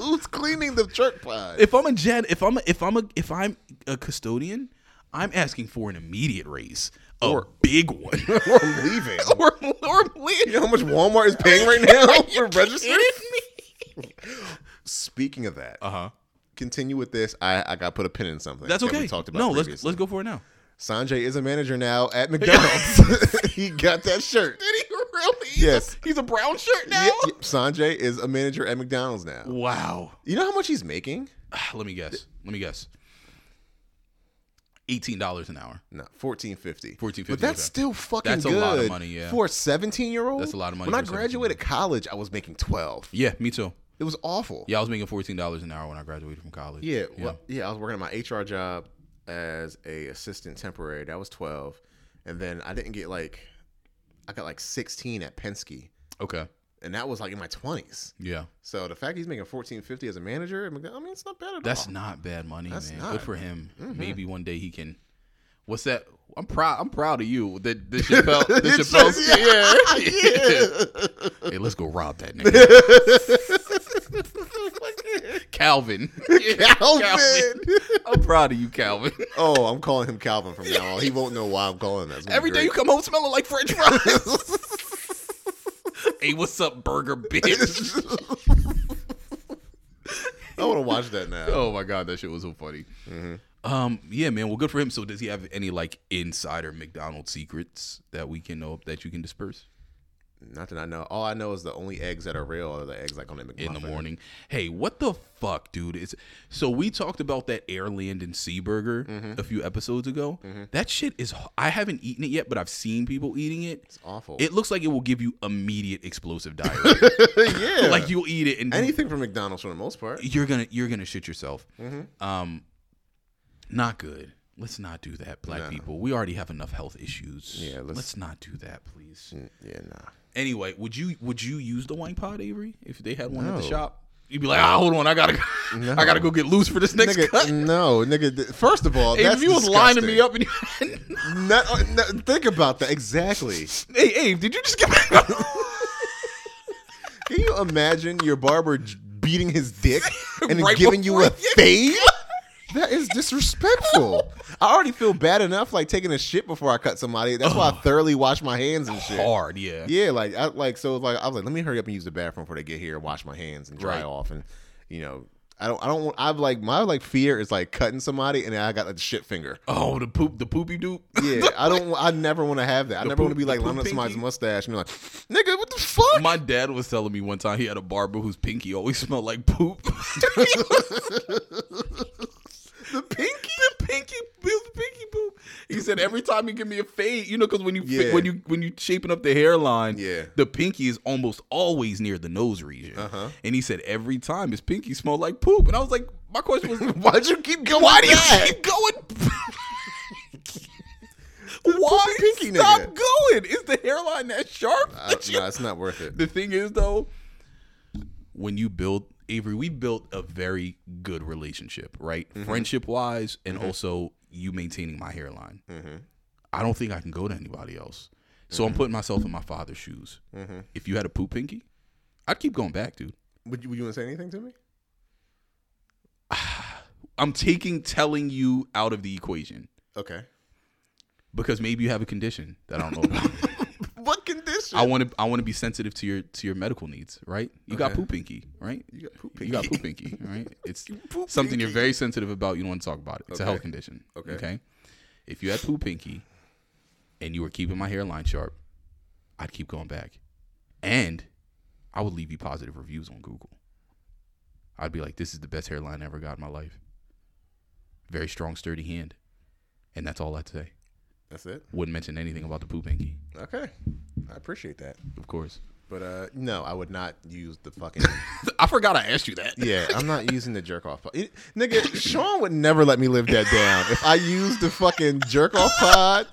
Speaker 3: Who's cleaning the truck pod?
Speaker 4: if I'm a gen, if I'm a, if I'm a if I'm a custodian, I'm asking for an immediate raise, a big one.
Speaker 3: or I'm leaving.
Speaker 4: or or leave.
Speaker 3: You know how much Walmart is paying right now for registering? Speaking of that,
Speaker 4: Uh huh.
Speaker 3: continue with this. I, I got to put a pin in something.
Speaker 4: That's
Speaker 3: that
Speaker 4: okay.
Speaker 3: We talked about
Speaker 4: no, let's
Speaker 3: previously.
Speaker 4: let's go for it now.
Speaker 3: Sanjay is a manager now at McDonald's. he got that shirt.
Speaker 4: Did he really?
Speaker 3: Yes.
Speaker 4: he's a brown shirt
Speaker 3: Yeah, yeah, Sanjay is a manager at McDonald's now.
Speaker 4: Wow.
Speaker 3: You know how much he's making?
Speaker 4: Let me guess. Let me guess. Eighteen dollars an hour.
Speaker 3: No, fourteen fifty.
Speaker 4: $14.50,
Speaker 3: But that's
Speaker 4: okay.
Speaker 3: still fucking
Speaker 4: That's a
Speaker 3: good.
Speaker 4: lot of money, yeah.
Speaker 3: For a seventeen year old,
Speaker 4: That's a lot of money
Speaker 3: When I
Speaker 4: for a
Speaker 3: graduated college, I was making twelve.
Speaker 4: Yeah, me too.
Speaker 3: It was awful.
Speaker 4: Yeah, I was making fourteen dollars an hour when I graduated from college.
Speaker 3: Yeah, well, yeah. I was working at my HR job as a assistant temporary. That was twelve, and then I didn't get like, I got like sixteen at Penske,
Speaker 4: Okay.
Speaker 3: and that was like in my twenties.
Speaker 4: Yeah.
Speaker 3: So the fact he's making fourteen fifty as a manager, I mean, I mean, it's not bad at
Speaker 4: That's
Speaker 3: all.
Speaker 4: not bad money,
Speaker 3: oh, That's
Speaker 4: man.
Speaker 3: not. Mm-hmm.
Speaker 4: Good for him. Maybe one day he can. What's that? I'm proud. I'm proud of you. The, the Chappelle. The
Speaker 3: It's
Speaker 4: Chappelle.
Speaker 3: just- yeah,
Speaker 4: Hey, let's go rob that nigga. Calvin.
Speaker 3: yeah. Calvin.
Speaker 4: I'm proud of you, Calvin.
Speaker 3: Oh, I'm calling him Calvin from now on. He won't know why I'm calling that.
Speaker 4: Every day you come home smelling like French fries. hey, what's up, burger bitch?
Speaker 3: I want to watch that now.
Speaker 4: oh my god, that shit was so funny. Um, yeah, man. Well, good for him. So, does he have any like insider McDonald's secrets that we can know that you can disperse?
Speaker 3: Not that I know. All I know is the only eggs that are real are the eggs like on the
Speaker 4: in
Speaker 3: McMuffin.
Speaker 4: the morning. Hey, what the fuck, dude? It's so we talked about that Airland and Sea Burger a few episodes ago. That shit is. h- I haven't eaten it yet, but I've seen people eating it.
Speaker 3: It's awful.
Speaker 4: It looks like it will give you immediate explosive diarrhea.
Speaker 3: yeah.
Speaker 4: like you'll eat it and
Speaker 3: anything from McDonald's for the most part.
Speaker 4: you're gonna you're gonna shit yourself.
Speaker 3: Mm-hmm.
Speaker 4: Um, not good. Let's not do that, black people. We already have enough health issues.
Speaker 3: Yeah,
Speaker 4: let's,
Speaker 3: let's- Mm.
Speaker 4: not do that, please.
Speaker 3: Yeah, nah.
Speaker 4: Anyway, would you would you use the wine pod, Avery, if they had one at the
Speaker 3: No.
Speaker 4: shop? You'd be like, ah, hold on, I gotta, I gotta go get loose for this next
Speaker 3: nigga,
Speaker 4: cut.
Speaker 3: no, nigga. th- First of all,
Speaker 4: Hey,
Speaker 3: that's
Speaker 4: if you was
Speaker 3: disgusting.
Speaker 4: lining me up, and you,
Speaker 3: No, uh, no, think about that exactly.
Speaker 4: hey, Abe, did you just get back up?
Speaker 3: Can you imagine your barber j- beating his dick and
Speaker 4: Right
Speaker 3: giving you a
Speaker 4: before you-
Speaker 3: fade? That is disrespectful. I already feel bad enough like taking a shit before I cut somebody. That's why I thoroughly wash my hands and shit.
Speaker 4: Hard, yeah.
Speaker 3: Yeah, like I like so like I was like, let me hurry up and use the bathroom before they get here and wash my hands and dry
Speaker 4: Right.
Speaker 3: off and you know I don't I don't want I've like my like fear is like cutting somebody and I got a shit finger.
Speaker 4: Oh, the poop, the poopy doop.
Speaker 3: Yeah, I don't. I never want to have that. I
Speaker 4: The
Speaker 3: never want
Speaker 4: poop-
Speaker 3: to
Speaker 4: the
Speaker 3: be like
Speaker 4: poop
Speaker 3: lining up somebody's
Speaker 4: pinky?
Speaker 3: mustache and be like, nigga, what the fuck?
Speaker 4: My dad was telling me one time he had a barber whose pinky always smelled like poop. the pinky, the pinky, the pinky poop. He said every time he give me a fade, you know, because when you fi-
Speaker 3: Yeah.
Speaker 4: when you when you shaping up the hairline,
Speaker 3: Yeah.
Speaker 4: the pinky is almost always near the nose region. Uh-huh. And he said every time his pinky smelled like poop, and I was like, my question was,
Speaker 3: Why'd you keep going?
Speaker 4: why do you
Speaker 3: back?
Speaker 4: keep going? Why
Speaker 3: pinky
Speaker 4: stop
Speaker 3: nigga.
Speaker 4: going? Is the hairline that sharp?
Speaker 3: I, no, it's not worth it.
Speaker 4: The thing is though, when you build Avery, we built a very good relationship, right? Friendship wise, and also you maintaining my hairline. I don't think I can go to anybody else. So I'm putting myself in my father's shoes. If you had a poop pinky, I'd keep going back, dude.
Speaker 3: Would you, would you want to say anything to me?
Speaker 4: I'm taking telling you out of the equation
Speaker 3: Okay.
Speaker 4: because maybe you have a condition that I don't know about.
Speaker 3: What condition?
Speaker 4: I want to I want to be sensitive to your to your medical needs, right? You got
Speaker 3: Okay.
Speaker 4: poop pinky, right?
Speaker 3: You got poop
Speaker 4: You got
Speaker 3: pinky.
Speaker 4: poop pinky, right? It's
Speaker 3: poop
Speaker 4: something you're
Speaker 3: pinky.
Speaker 4: very sensitive about. You don't want to talk about it. It's a health condition.
Speaker 3: Okay.
Speaker 4: Okay. If you had poop pinky, and you were keeping my hairline sharp, I'd keep going back, and I would leave you positive reviews on Google. I'd be like, this is the best hairline I ever got in my life. Very strong, sturdy hand. And that's all I'd say.
Speaker 3: That's it.
Speaker 4: Wouldn't mention anything about the poop hanky,
Speaker 3: Okay, I appreciate that.
Speaker 4: of course.
Speaker 3: But uh, no, I would not use the fucking.
Speaker 4: I forgot I asked you that.
Speaker 3: Yeah, I'm not using the jerk off. pod. It- nigga, Sean would never let me live that down if I used the fucking jerk off pod.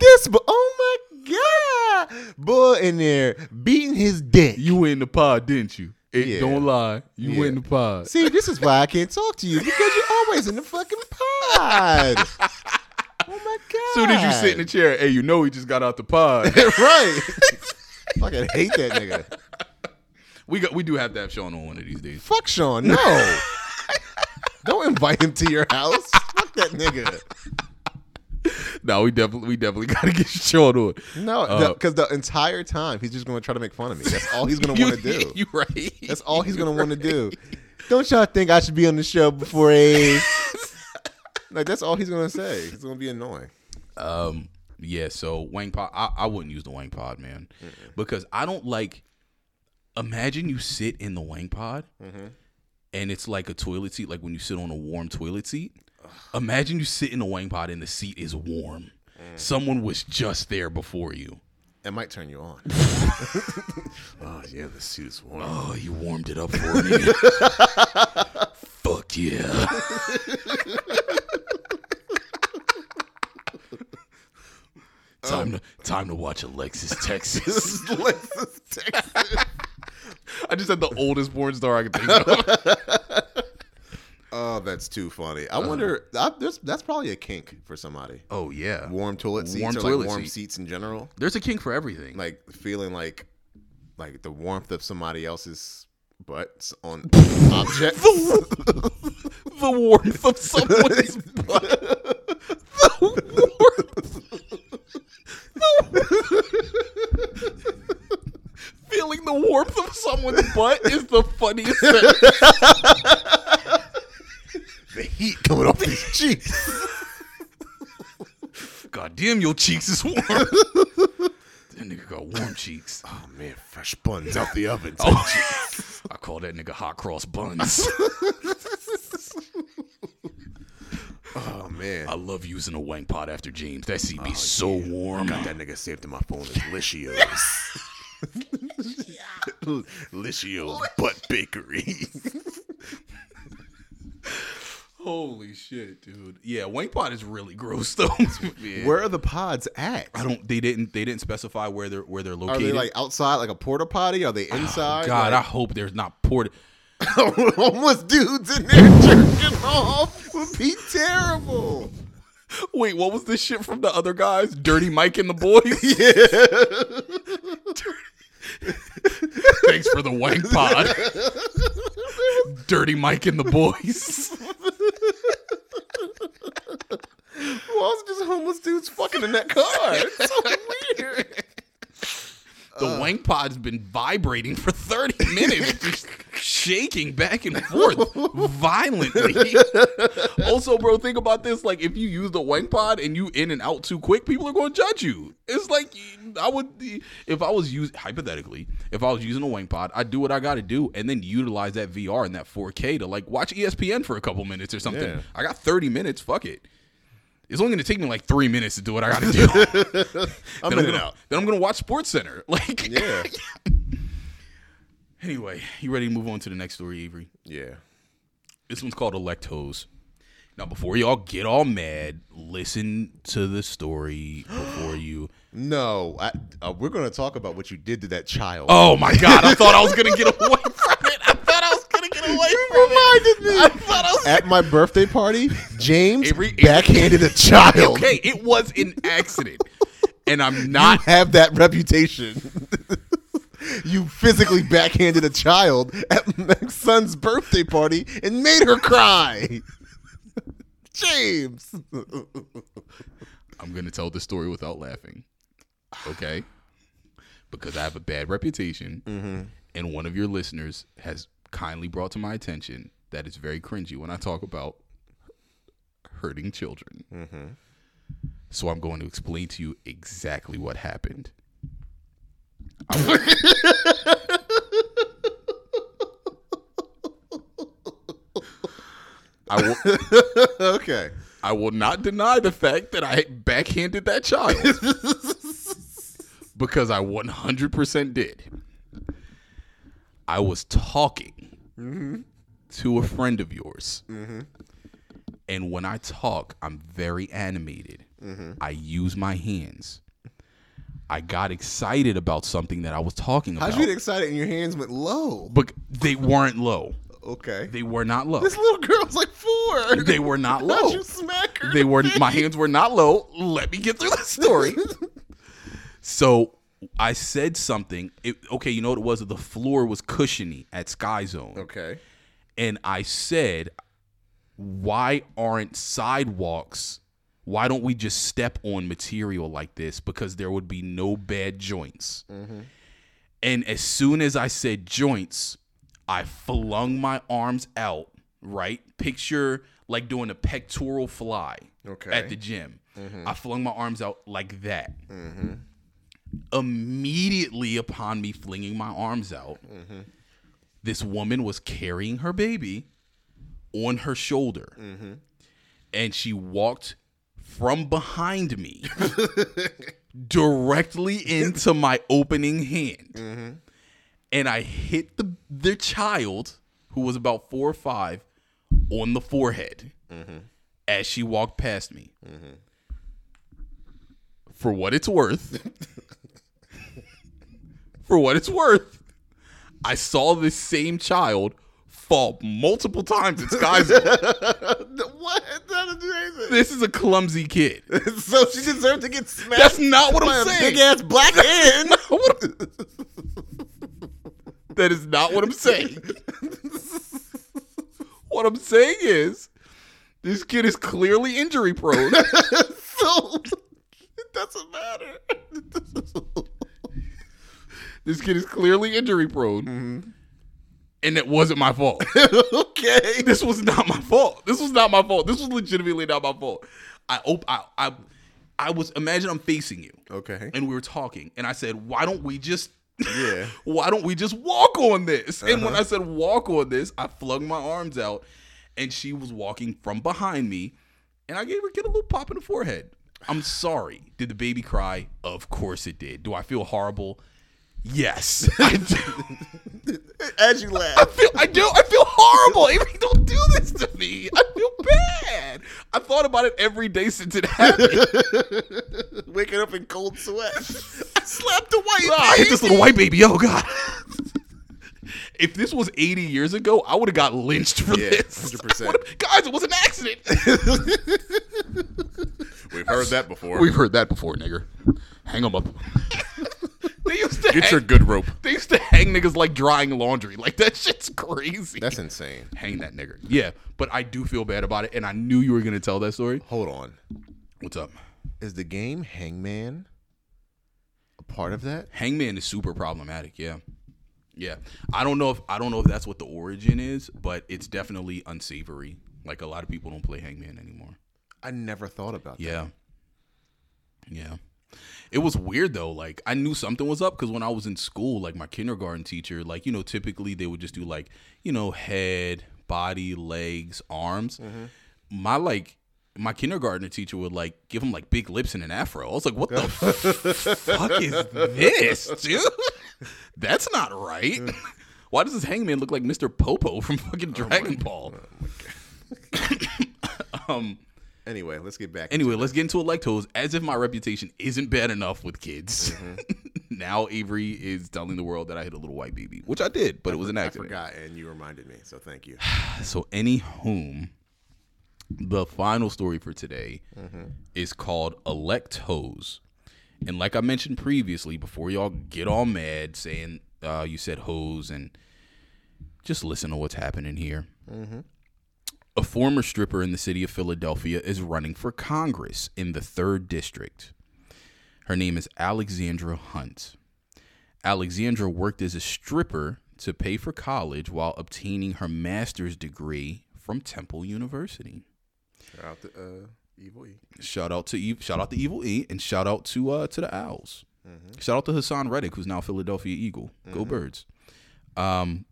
Speaker 3: This, bu- oh my god, boy in there beating his dick.
Speaker 4: You were in the pod, didn't you? It,
Speaker 3: Yeah.
Speaker 4: Don't lie. You were in
Speaker 3: Yeah.
Speaker 4: the pod.
Speaker 3: See, this is why I can't talk to you because you're always in the fucking pod. Oh my god.
Speaker 4: Soon as you sit in the chair, hey, you know he just got out the pod.
Speaker 3: right. fucking hate that nigga.
Speaker 4: we got we do have to have Sean on one of these days.
Speaker 3: Fuck Sean. No. Don't invite him to your house. Fuck that nigga.
Speaker 4: No, we definitely we definitely gotta get Sean on.
Speaker 3: No,
Speaker 4: Uh,
Speaker 3: because the entire time he's just going to try to make fun of me. That's all he's going to want to do.
Speaker 4: You right.
Speaker 3: That's all he's going to want to do. Don't y'all think I should be on the show before eight? like that's all he's going to say. It's going to be annoying.
Speaker 4: Um, yeah. So Wang Pod, I, I wouldn't use the Wang Pod, man, because I don't like. Imagine you sit in the Wang Pod,
Speaker 3: Mm-hmm.
Speaker 4: and it's like a toilet seat, like when you sit on a warm toilet seat. Imagine you sit in the Wang Pod and the seat is warm.
Speaker 3: Mm.
Speaker 4: Someone was just there before you.
Speaker 3: It might turn you on.
Speaker 4: Ah,
Speaker 5: Oh, yeah, the suit is warm.
Speaker 4: Oh, you warmed it up for me. Fuck yeah. time to time to watch Alexis Texas.
Speaker 3: Lexus, Texas.
Speaker 4: I just had the oldest porn star I could think of.
Speaker 3: Oh, that's too funny.
Speaker 4: Uh-huh.
Speaker 3: I wonder. I, there's, that's probably a kink for somebody.
Speaker 4: oh yeah.
Speaker 3: Warm toilet seats
Speaker 4: Warm
Speaker 3: or
Speaker 4: toilet
Speaker 3: like warm
Speaker 4: seat.
Speaker 3: seats in general.
Speaker 4: There's a king for everything.
Speaker 3: Like feeling like, like the warmth of somebody else's butts on objects.
Speaker 4: the warmth of someone's butt. The warmth. Feeling the warmth of someone's butt is the funniest thing.
Speaker 3: the heat coming off these cheeks.
Speaker 4: God damn, your cheeks is warm. that nigga got warm cheeks.
Speaker 5: Oh, man, fresh buns out the oven.
Speaker 4: Oh, I call that nigga hot cross buns.
Speaker 3: Oh man.
Speaker 4: I love using a wank pot after James. That seat be so warm.
Speaker 5: That nigga saved in my phone as Licio's. Licio's Butt Bakery.
Speaker 4: Holy shit, dude. Yeah, wank pot is really gross though.
Speaker 3: Where are the pods at?
Speaker 4: I don't. They didn't. They didn't specify where they're where they're
Speaker 3: Are
Speaker 4: located.
Speaker 3: they like outside, like a porta potty? Are they inside?
Speaker 4: God, I
Speaker 3: like,
Speaker 4: hope there's not port.
Speaker 3: homeless dudes in there jerking off would be terrible.
Speaker 4: Wait, what was this shit from the other guys? Dirty Mike and the boys. Thanks for the wank pod. Dirty Mike and the boys.
Speaker 3: Who else is just homeless dudes fucking in that car? It's so weird.
Speaker 4: The
Speaker 3: Uh.
Speaker 4: wank pod's been vibrating for thirty minutes, just shaking back and forth violently. also, bro, think about this: like, if you use the wank pod and you in and out too quick, people are going to judge you. It's like I would, if I was using hypothetically, if I was using a wank pod, I'd do what I got to do and then utilize that VR and that 4K to like watch E ESPN for a couple minutes or something.
Speaker 3: Yeah.
Speaker 4: I got thirty minutes. Fuck it. It's only gonna take me like three minutes to do what I gotta do.
Speaker 3: I'm
Speaker 4: then,
Speaker 3: in
Speaker 4: I'm
Speaker 3: and
Speaker 4: gonna,
Speaker 3: out.
Speaker 4: Uh, then I'm gonna watch Sports Center. Like,
Speaker 3: Yeah.
Speaker 4: Anyway, you ready to move on to the next story, Avery?
Speaker 3: Yeah.
Speaker 4: This one's called Electos. Now, before y'all get all mad, listen to the story before you.
Speaker 3: No, I, uh, we're going to talk about what you did to that child.
Speaker 4: Oh my God! I thought I was gonna get away from it. I thought I was gonna get away from it.
Speaker 3: reminded me.
Speaker 4: I thought I was.
Speaker 3: At my birthday party, James
Speaker 4: Avery- Avery-
Speaker 3: backhanded a child.
Speaker 4: Okay, it was an accident, and I'm not
Speaker 3: have that reputation. you physically backhanded a child at my son's birthday party and made her cry. James.
Speaker 4: I'm going to tell the story without laughing. Okay? Because I have a bad reputation, and one of your listeners has kindly brought to my attention that it's very cringy when I talk about hurting children. So I'm going to explain to you exactly what happened. I went, I will,
Speaker 3: okay.
Speaker 4: I will not deny the fact that I backhanded that child because I 100% did. I was talking to a friend of yours. And when I talk, I'm very animated. I use my hands. I got excited about something that I was talking about.
Speaker 3: How'd you get excited and your hands went low?
Speaker 4: but they weren't low.
Speaker 3: Okay.
Speaker 4: They were not low.
Speaker 3: This little girl's like four.
Speaker 4: They were not
Speaker 3: How'd
Speaker 4: low.
Speaker 3: you smack her?
Speaker 4: They were my hands were not low. Let me get through the story. so I said something. It, okay, you know what it was? The floor was cushiony at Sky Zone,
Speaker 3: Okay.
Speaker 4: and I said, "Why aren't sidewalks? Why don't we just step on material like this? Because there would be no bad joints." And as soon as I said joints, I flung my arms out, right? Picture like doing a pectoral fly
Speaker 3: Okay.
Speaker 4: at the gym. I flung my arms out like that. Immediately upon me flinging my arms out, this woman was carrying her baby on her shoulder. And she walked from behind me directly into my opening hand. And I hit the, the child, who was about four or five, on the forehead as she walked past me. For what it's worth, for what it's worth, I saw this same child fall multiple times at Sky Zone.
Speaker 3: What? That didn't do anything.
Speaker 4: this is a clumsy kid.
Speaker 3: so she deserved to get smacked
Speaker 4: That's not what
Speaker 3: by
Speaker 4: I'm
Speaker 3: a
Speaker 4: saying.
Speaker 3: big ass black hand.
Speaker 4: What I'm- that is not what I'm saying. what I'm saying is, this kid is clearly injury prone.
Speaker 3: so it doesn't matter.
Speaker 4: this kid is clearly injury prone.
Speaker 3: Mm-hmm.
Speaker 4: And it wasn't my fault.
Speaker 3: okay.
Speaker 4: this was not my fault. This was not my fault. This was legitimately not my fault. I op- I, I I was imagine I'm facing you
Speaker 3: Okay.
Speaker 4: and we were talking and I said, "Why don't we just
Speaker 3: Yeah.
Speaker 4: why don't we just walk on this?" And when I said walk on this, I flung my arms out and she was walking from behind me and I gave her kid a little pop in the forehead. I'm sorry. Did the baby cry? Of course it did. Do I feel horrible? Yes. I do.
Speaker 3: As you
Speaker 4: I
Speaker 3: laugh.
Speaker 4: feel I do I feel horrible. Avery, don't do this to me. I feel bad. I thought about it every day since it happened.
Speaker 3: Waking up in cold sweat. I slapped a white
Speaker 4: Ah, I hit this little white baby. Oh god. If this was 80 years ago, I would have got lynched for
Speaker 3: Yeah,
Speaker 4: this.
Speaker 3: 100%.
Speaker 4: I would've- Guys, it was an accident.
Speaker 5: We've heard that before.
Speaker 4: We've heard that before, nigger. Hang them up. they used to
Speaker 5: Get
Speaker 4: hang,
Speaker 5: your good rope.
Speaker 4: they used to hang niggas like drying laundry. Like that shit's crazy.
Speaker 3: That's insane.
Speaker 4: hang that nigger. Yeah, but I do feel bad about it, and I knew you were gonna tell that story.
Speaker 3: Hold on.
Speaker 4: What's up?
Speaker 3: Is the game Hangman a part of that?
Speaker 4: Hangman is super problematic. Yeah, yeah. I don't know if I don't know if that's what the origin is, but it's definitely unsavory. Like a lot of people don't play Hangman anymore.
Speaker 3: I never thought about that.
Speaker 4: Yeah, yeah. It was weird though. Like I knew something was up because when I was in school, like my kindergarten teacher, like you know, typically they would just do like you know head, body, legs, arms.
Speaker 3: Mm-hmm.
Speaker 4: My like. My kindergartner teacher would like give him like big lips and an afro. I was like, "What the fuck is this, dude? That's not right.
Speaker 3: Mm.
Speaker 4: Why does this hangman look like Mr. Popo from fucking
Speaker 3: Oh
Speaker 4: Dragon Ball?"
Speaker 3: Anyway, let's get back.
Speaker 4: Anyway, let's get into it like toes. As if my reputation isn't bad enough with kids.
Speaker 3: Mm-hmm.
Speaker 4: now Avery is telling the world that I hit a little white baby, which I did, but it was an
Speaker 3: I
Speaker 4: accident.
Speaker 3: forgot, and you reminded me, so thank you.
Speaker 4: So, any whom, the final story for today is called Elect Hose. And like I mentioned previously, before y'all get all mad saying uh, you said hose and just listen to what's happening here. A former stripper in the city of Philadelphia is running for Congress in the 3rd District. Her name is Alexandra Hunt. Alexandra worked as a stripper to pay for college while obtaining her master's degree from Temple University.
Speaker 3: Shout out to uh, Evil E.
Speaker 4: Shout out to Eve, shout out to Evil E, and shout out to uh, to the Owls. Shout out to Hassan Reddick, who's now a Philadelphia Eagle. Go Birds. Um,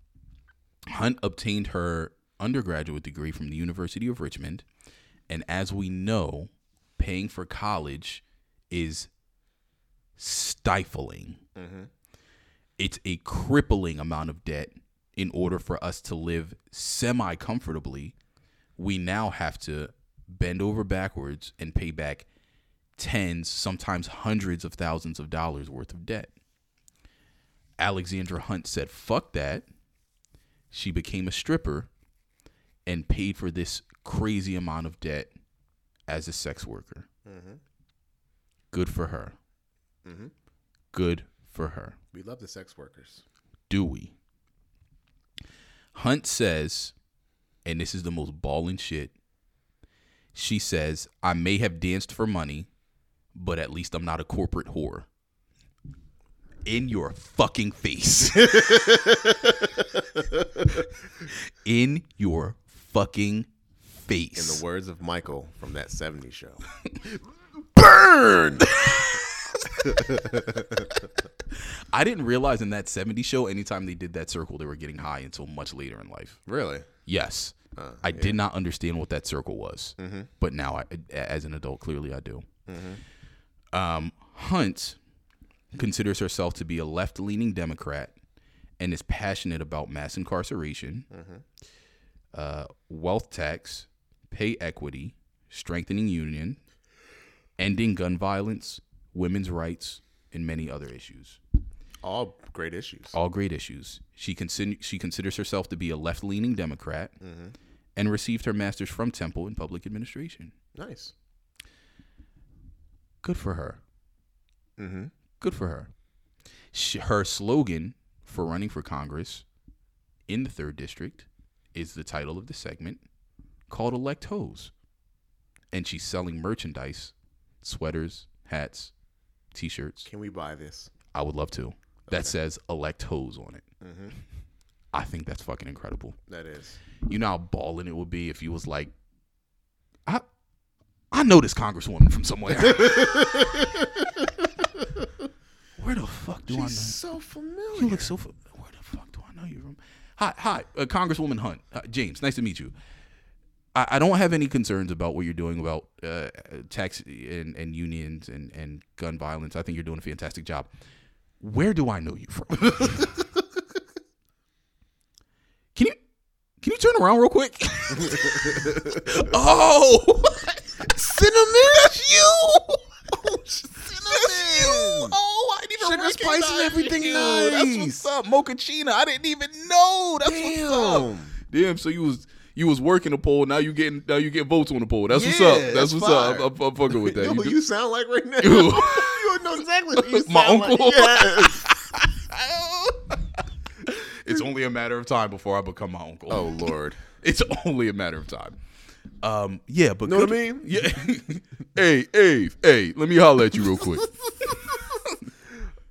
Speaker 4: Hunt obtained her undergraduate degree from the University of Richmond. And as we know, paying for college is stifling. It's a crippling amount of debt in order for us to live semi comfortably. We now have to bend over backwards and pay back tens, sometimes hundreds of thousands of dollars worth of debt. Alexandra Hunt said, fuck that. She became a stripper and paid for this crazy amount of debt as a sex worker. Good for her. Good for her.
Speaker 3: We love the sex workers.
Speaker 4: Dewey. Hunt says, and this is the most ballin' shit. She says, I may have danced for money, but at least I'm not a corporate whore. In your fucking face. In your fucking
Speaker 3: In
Speaker 4: face.
Speaker 3: the words of Michael from that 70s show.
Speaker 5: Burn!
Speaker 4: I didn't realize in that 70s show, anytime they did that circle, they were getting high until much later in life.
Speaker 3: Really?
Speaker 4: Yes. I did not understand what that circle was, but now, I, as an adult, clearly I do. Um, Hunt considers herself to be a left-leaning Democrat and is passionate about mass incarceration, uh, wealth tax, pay equity, strengthening union, ending gun violence, women's rights, and many other issues
Speaker 3: All great issues.
Speaker 4: all great issues. She consider she considers herself to be a left leaning Democrat, and received her master's from Temple in public administration.
Speaker 3: Nice.
Speaker 4: Good for her.
Speaker 3: Mm-hmm.
Speaker 4: Good for her. Sh her slogan for running for Congress in the third district is the title of the segment called "Elect Hoes," and she's selling merchandise, sweaters, hats, t-shirts.
Speaker 3: Can we buy this?
Speaker 4: I would love to. That says elect hoes on it. I think that's fucking incredible.
Speaker 3: That is.
Speaker 4: You know how balling it would be if you was like, I, I know this congresswoman from somewhere. Where the fuck do I know?
Speaker 3: She's so
Speaker 4: You
Speaker 3: familiar.
Speaker 4: look so. fa- Where the fuck do I know you from? Hi, hi, uh, Congresswoman Hunt, uh, James. Nice to meet you. I, I don't have any concerns about what you're doing about uh, tax and, and unions and, and gun violence. I think you're doing a fantastic job. Where do I know you from? can you can you turn around real quick? oh, cinnamon, that's you. Cinnamon. Oh, I didn't even
Speaker 3: Sugar, spice, and
Speaker 4: recognize
Speaker 3: everything
Speaker 4: you. That's
Speaker 3: nice.
Speaker 4: what's up, Mochaccino. I didn't even know. That's what's up. Damn. So you was you was working a poll. Now you getting now you get votes on the poll. That's what's
Speaker 3: Yeah,
Speaker 4: up. That's,
Speaker 3: that's
Speaker 4: what's
Speaker 3: fire.
Speaker 4: up. I'm, I'm fucking with that.
Speaker 3: Yo,
Speaker 4: You
Speaker 3: who
Speaker 4: do-
Speaker 3: you sound like right now.
Speaker 4: Ew.
Speaker 3: you know exactly who you
Speaker 4: My
Speaker 3: sound like.
Speaker 4: uncle?
Speaker 3: Yes.
Speaker 4: it's only a matter of time before I become my uncle.
Speaker 3: Oh, Lord.
Speaker 4: It's only a matter of time. Um, yeah, but
Speaker 3: Know what I
Speaker 4: good-
Speaker 3: mean?
Speaker 4: Yeah. hey, Ave, hey, let me holler at you real quick.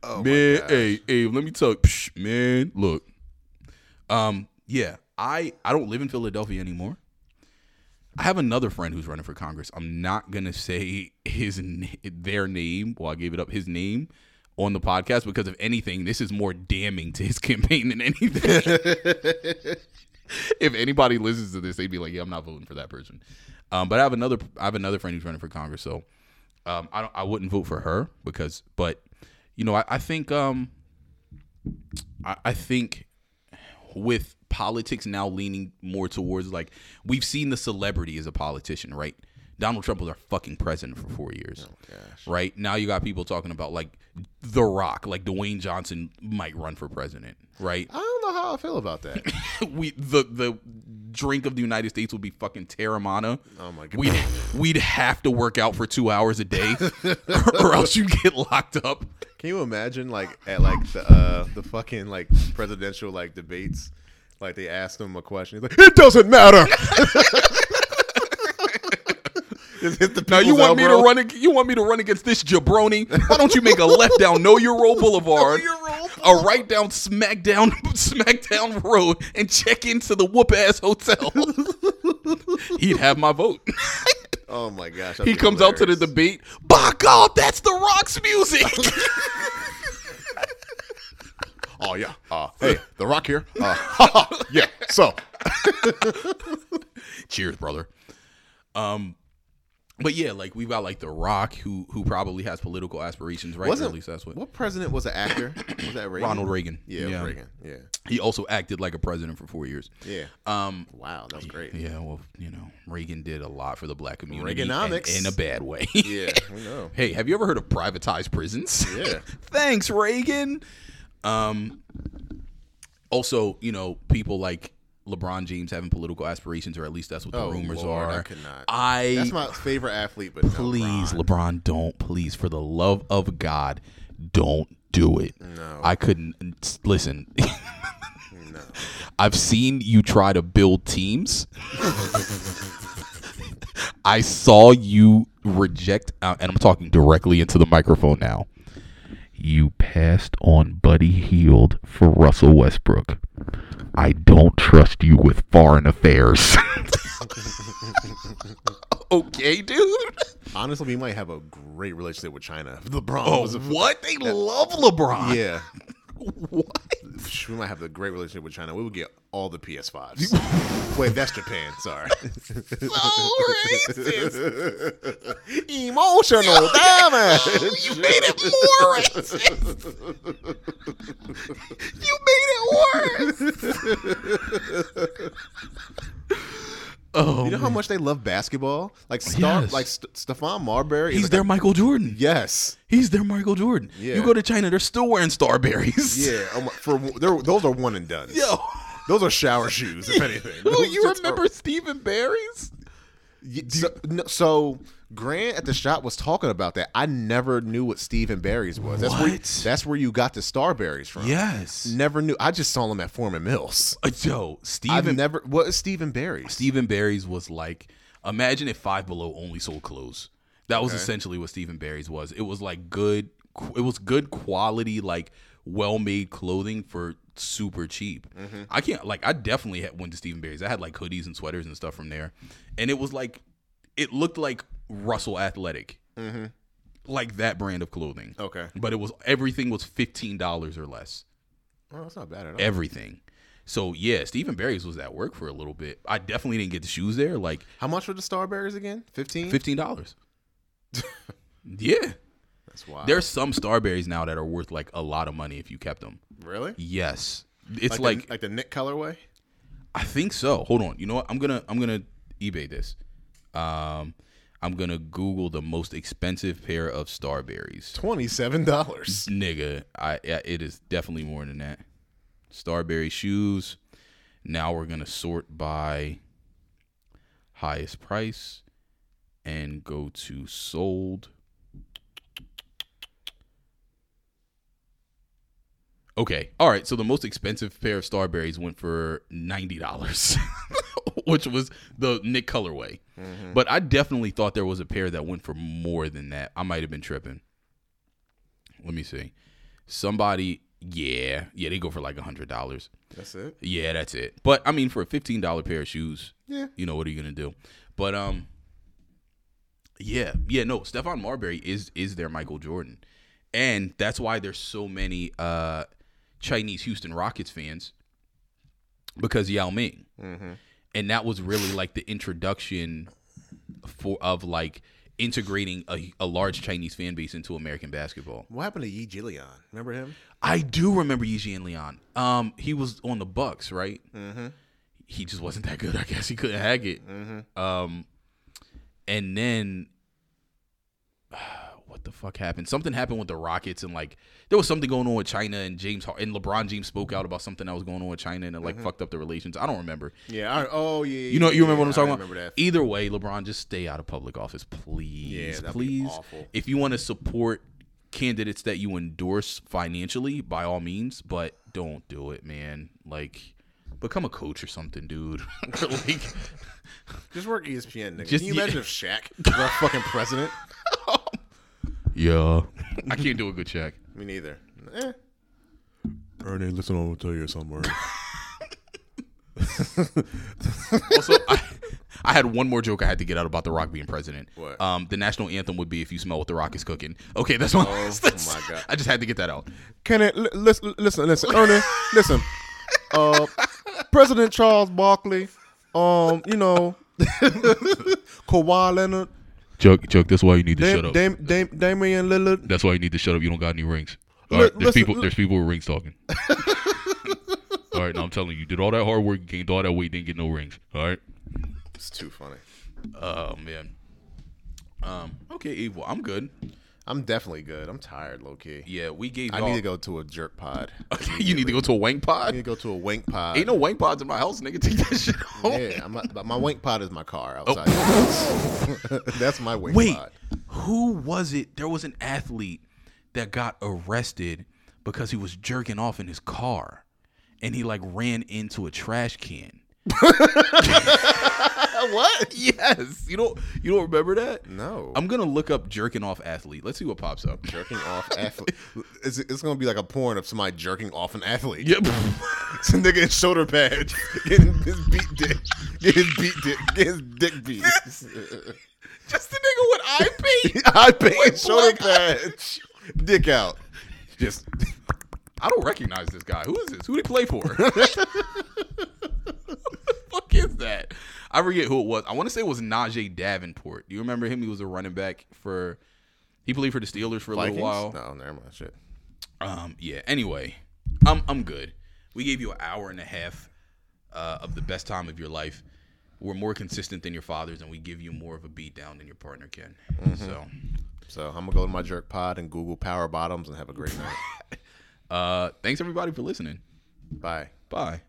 Speaker 3: Oh,
Speaker 4: man, hey, Ave, let me talk. Psh, man, look. Um, yeah, I I don't live in Philadelphia anymore. I have another friend who's running for Congress. I'm not gonna say his na- their name. Well, I gave it up his name on the podcast because if anything, this is more damning to his campaign than anything if anybody listens to this, they'd be like, "Yeah, I'm not voting for that person." Um, but I have another I have another friend who's running for Congress, so um, I don't I wouldn't vote for her because, but you know, I, I think um, I, I think with politics now leaning more towards like we've seen the celebrity as a politician, right? Donald Trump was our fucking president for four years, right? Now you got people talking about like The Rock, like Dwayne Johnson might run for president, right?
Speaker 3: I don't know how I feel about that.
Speaker 4: we the the drink of the United States would be fucking Terramana.
Speaker 3: Oh my God.
Speaker 4: We'd we'd have to work out for two hours a day, or else you get locked up.
Speaker 3: Can you imagine like at like the uh, the fucking like presidential like debates? Like they asked him a question. He's like, It doesn't matter. Just hit the
Speaker 4: Now you
Speaker 3: people's
Speaker 4: want me to
Speaker 3: elbow.
Speaker 4: run? ag- You want me to run against this jabroni? Why don't you make a left down Know Your Role Boulevard, a right down Smack Down Smack Down Road, and check into the whoop ass hotel? He'd have my vote.
Speaker 3: Oh my gosh.
Speaker 4: he comes out to the debate. By God, that's the Rock's music.
Speaker 3: Ah,
Speaker 5: Oh, yeah. Uh, hey, The Rock here. Uh, yeah, so.
Speaker 4: Cheers, brother. Um, but yeah, like we've got like The Rock, who who probably has political aspirations, right? or
Speaker 3: Wasn't
Speaker 4: at least that's what,
Speaker 3: What president was an actor? Was that Reagan?
Speaker 4: Ronald Reagan.
Speaker 3: Yeah, Reagan. Yeah,
Speaker 4: He also acted like a president for four years.
Speaker 3: yeah.
Speaker 4: Um,
Speaker 3: Wow, that was great.
Speaker 4: yeah, well, you know, Reagan did a lot for the black community, and-
Speaker 3: Reaganomics.
Speaker 4: in a bad way.
Speaker 3: Yeah, we know.
Speaker 4: Hey, have you ever heard of privatized prisons?
Speaker 3: Yeah.
Speaker 4: Thanks, Reagan. Um also, you know, people like LeBron James having political aspirations, or at least that's what the
Speaker 3: Oh,
Speaker 4: rumors
Speaker 3: Lord,
Speaker 4: are.
Speaker 3: I could not.
Speaker 4: I
Speaker 3: That's my favorite athlete, but no,
Speaker 4: please,
Speaker 3: Bron.
Speaker 4: LeBron, don't please, for the love of God, don't do it.
Speaker 3: No.
Speaker 4: I couldn't listen.
Speaker 3: No.
Speaker 4: I've seen you try to build teams. I saw you reject, uh, and I'm talking directly into the microphone now. You passed on Buddy Heald for Russell Westbrook. I don't trust you with foreign affairs. okay, dude.
Speaker 3: Honestly, we might have a great relationship with China. if LeBron
Speaker 4: Oh,
Speaker 3: was a,
Speaker 4: what? They love LeBron.
Speaker 3: yeah.
Speaker 4: What?
Speaker 3: We might have a great relationship with China. We would get all the PS5s. Wait, that's Japan. Sorry. Emotional damage.
Speaker 4: Oh, You made it more racist. you made it worse. oh,
Speaker 3: You know how much they love basketball? Like Star,
Speaker 4: Yes.
Speaker 3: like St- Stephon Marbury.
Speaker 4: he's
Speaker 3: is
Speaker 4: their
Speaker 3: like
Speaker 4: Michael Jordan.
Speaker 3: a- yes.
Speaker 4: He's their Michael Jordan.
Speaker 3: Yeah.
Speaker 4: You go to China, they're still wearing starberries.
Speaker 3: Yeah. Oh my, for they're- those are one and done.
Speaker 4: Yo.
Speaker 3: Those are shower shoes, if anything.
Speaker 4: Oh,
Speaker 3: Those
Speaker 4: you
Speaker 3: just are-
Speaker 4: remember Stephen Barry's?
Speaker 3: Y- So, no, so Grant at the shop was talking about that. I never knew what Steve and Barry's was. That's where
Speaker 4: What?
Speaker 3: that's where you got the Starberries from.
Speaker 4: Yes.
Speaker 3: Never knew. I just saw them at Foreman Mills.
Speaker 4: Uh, yo, Stephen
Speaker 3: I've never. What is Steve and Barry's?
Speaker 4: Stephen Barry's was like imagine if Five Below only sold clothes. That was essentially what Stephen Barry's was. It was like good it was good quality like well-made clothing for super cheap. I can't like I definitely had, went to Stephen Barry's. I had like hoodies and sweaters and stuff from there. And it was like it looked like Russell Athletic. Like that brand of clothing.
Speaker 3: Okay.
Speaker 4: But it was everything was $15 or less
Speaker 3: Well, that's not bad at all.
Speaker 4: everything. So yeah, Stephen Barry's was at work for a little bit. I definitely didn't get the shoes there, like
Speaker 3: How much were the Starberries again? Fifteen.
Speaker 4: fifteen dollars. yeah,
Speaker 3: That's wild.
Speaker 4: there's some Starberries now that are worth like a lot of money if you kept them.
Speaker 3: really.
Speaker 4: Yes, it's
Speaker 3: Like,
Speaker 4: like,
Speaker 3: the, like the Nick colorway.
Speaker 4: I think so. Hold on, you know what? I'm gonna I'm gonna eBay this. Um, I'm gonna Google the most expensive pair of Starberries.
Speaker 3: Twenty-seven dollars.
Speaker 4: nigga i yeah, it is definitely more than that starberry shoes now we're gonna sort by highest price and go to sold okay all right so the most expensive pair of starberries went for $90 which was the nick colorway but i definitely thought there was a pair that went for more than that i might have been tripping let me see. Somebody, yeah, yeah, they go for like a hundred dollars.
Speaker 3: That's it.
Speaker 4: Yeah, that's it. But I mean, for a fifteen dollar pair of shoes,
Speaker 3: Yeah.
Speaker 4: you know what are you gonna do? But um, yeah, yeah, no, Stefan Marbury is is their Michael Jordan, and that's why there's so many uh Chinese Houston Rockets fans because Yao Ming, and that was really like the introduction for of like integrating a, a large Chinese fan base into American basketball.
Speaker 3: What happened to Yi Jillian? Remember him?
Speaker 4: I do remember Yiji and Leon. Um, he was on the Bucks, right? Mm-hmm. He just wasn't that good. I guess he couldn't hack it. Um, and then what the fuck happened? Something happened with the Rockets, and like there was something going on with China and James Har- and LeBron James spoke out about something that was going on with China, and it like fucked up the relations. I don't remember.
Speaker 3: Yeah. I, oh yeah.
Speaker 4: You know, you remember what
Speaker 3: yeah,
Speaker 4: I'm talking
Speaker 3: I
Speaker 4: about?
Speaker 3: Remember that?
Speaker 4: Either way, LeBron, just stay out of public office, please.
Speaker 3: that'd be
Speaker 4: please.
Speaker 3: awful.
Speaker 4: If you want to support candidates that you endorse financially, by all means, but don't do it, man. Like, become a coach or something, dude. like,
Speaker 3: Just work E ESPN, nigga.
Speaker 4: Just-
Speaker 3: Can you
Speaker 4: yeah.
Speaker 3: imagine if Shaq was our fucking president?
Speaker 2: Yeah.
Speaker 4: I can't do a good check.
Speaker 3: Me neither. Eh.
Speaker 5: Ernie, listen, I'll tell you somewhere.
Speaker 4: Also, I, I had one more joke I had to get out about The Rock being president.
Speaker 3: What?
Speaker 4: Um, the national anthem would be if you smell what The Rock is cooking. Okay, that's my.
Speaker 3: Oh,
Speaker 4: that's-
Speaker 3: my God.
Speaker 4: I just had to get that out.
Speaker 3: Can it? L- listen, listen, listen, Ernie, listen. Uh, President Charles Barkley, um, you know, Kawhi Leonard,
Speaker 2: Chuck, Chuck, that's why you need to shut
Speaker 3: Dam- Dam-
Speaker 2: up.
Speaker 3: Dam- Damian Lillard.
Speaker 2: That's why you need to shut up. You don't got any rings. All
Speaker 3: Li-
Speaker 2: right, there's
Speaker 3: listen,
Speaker 2: people.
Speaker 3: li-
Speaker 2: there's people with rings talking. all right, now I'm telling you, you did all that hard work, you gained all that weight, didn't get no rings. All right.
Speaker 3: It's too funny.
Speaker 4: Oh man. Um. Okay, evil. I'm good.
Speaker 3: I'm definitely good. I'm tired, low key.
Speaker 4: Yeah, we gave.
Speaker 3: I
Speaker 4: y'all-
Speaker 3: need to go to a jerk pod.
Speaker 4: you need to go to a wank
Speaker 3: I need to
Speaker 4: pod.
Speaker 3: go to a wank pod.
Speaker 4: Ain't no wank pods in my house, nigga. Take that shit home.
Speaker 3: yeah, I'm not, but my wank pod is my car
Speaker 4: Oh.
Speaker 3: outside. That's my wank
Speaker 4: Wait,
Speaker 3: pod.
Speaker 4: who was it? There was an athlete that got arrested because he was jerking off in his car, and he like ran into a trash can. what? Yes. You don't. You don't remember that?
Speaker 3: No.
Speaker 4: I'm gonna look up jerking off athlete. Let's see what pops up.
Speaker 3: jerking off athlete. It's, it's gonna be like a porn of somebody jerking off an athlete.
Speaker 4: Yep.
Speaker 3: Some nigga in shoulder pads getting his beat dick, get his beat dick, get his dick beat.
Speaker 4: Just the nigga with eye paint.
Speaker 3: I pay
Speaker 4: With
Speaker 3: shoulder
Speaker 4: black
Speaker 3: pads, dick out. Just
Speaker 4: I don't recognize this guy. Who is this? Who did he play for? Who the fuck is that? I forget who it was. I want to say it was Najee Davenport. Do you remember him? He was a running back for. He played for the Steelers for a
Speaker 3: Vikings.
Speaker 4: little while.
Speaker 3: No, never mind. Shit.
Speaker 4: Um. Yeah. Anyway, I'm I'm good. We gave you an hour and a half uh, of the best time of your life. We're more consistent than your fathers, and we give you more of a beat down than your partner can.
Speaker 3: Mm-hmm.
Speaker 4: So,
Speaker 3: So I'm gonna go to my jerk pod and Google power bottoms and have a great night.
Speaker 4: uh, thanks everybody for listening.
Speaker 3: Bye.
Speaker 4: Bye.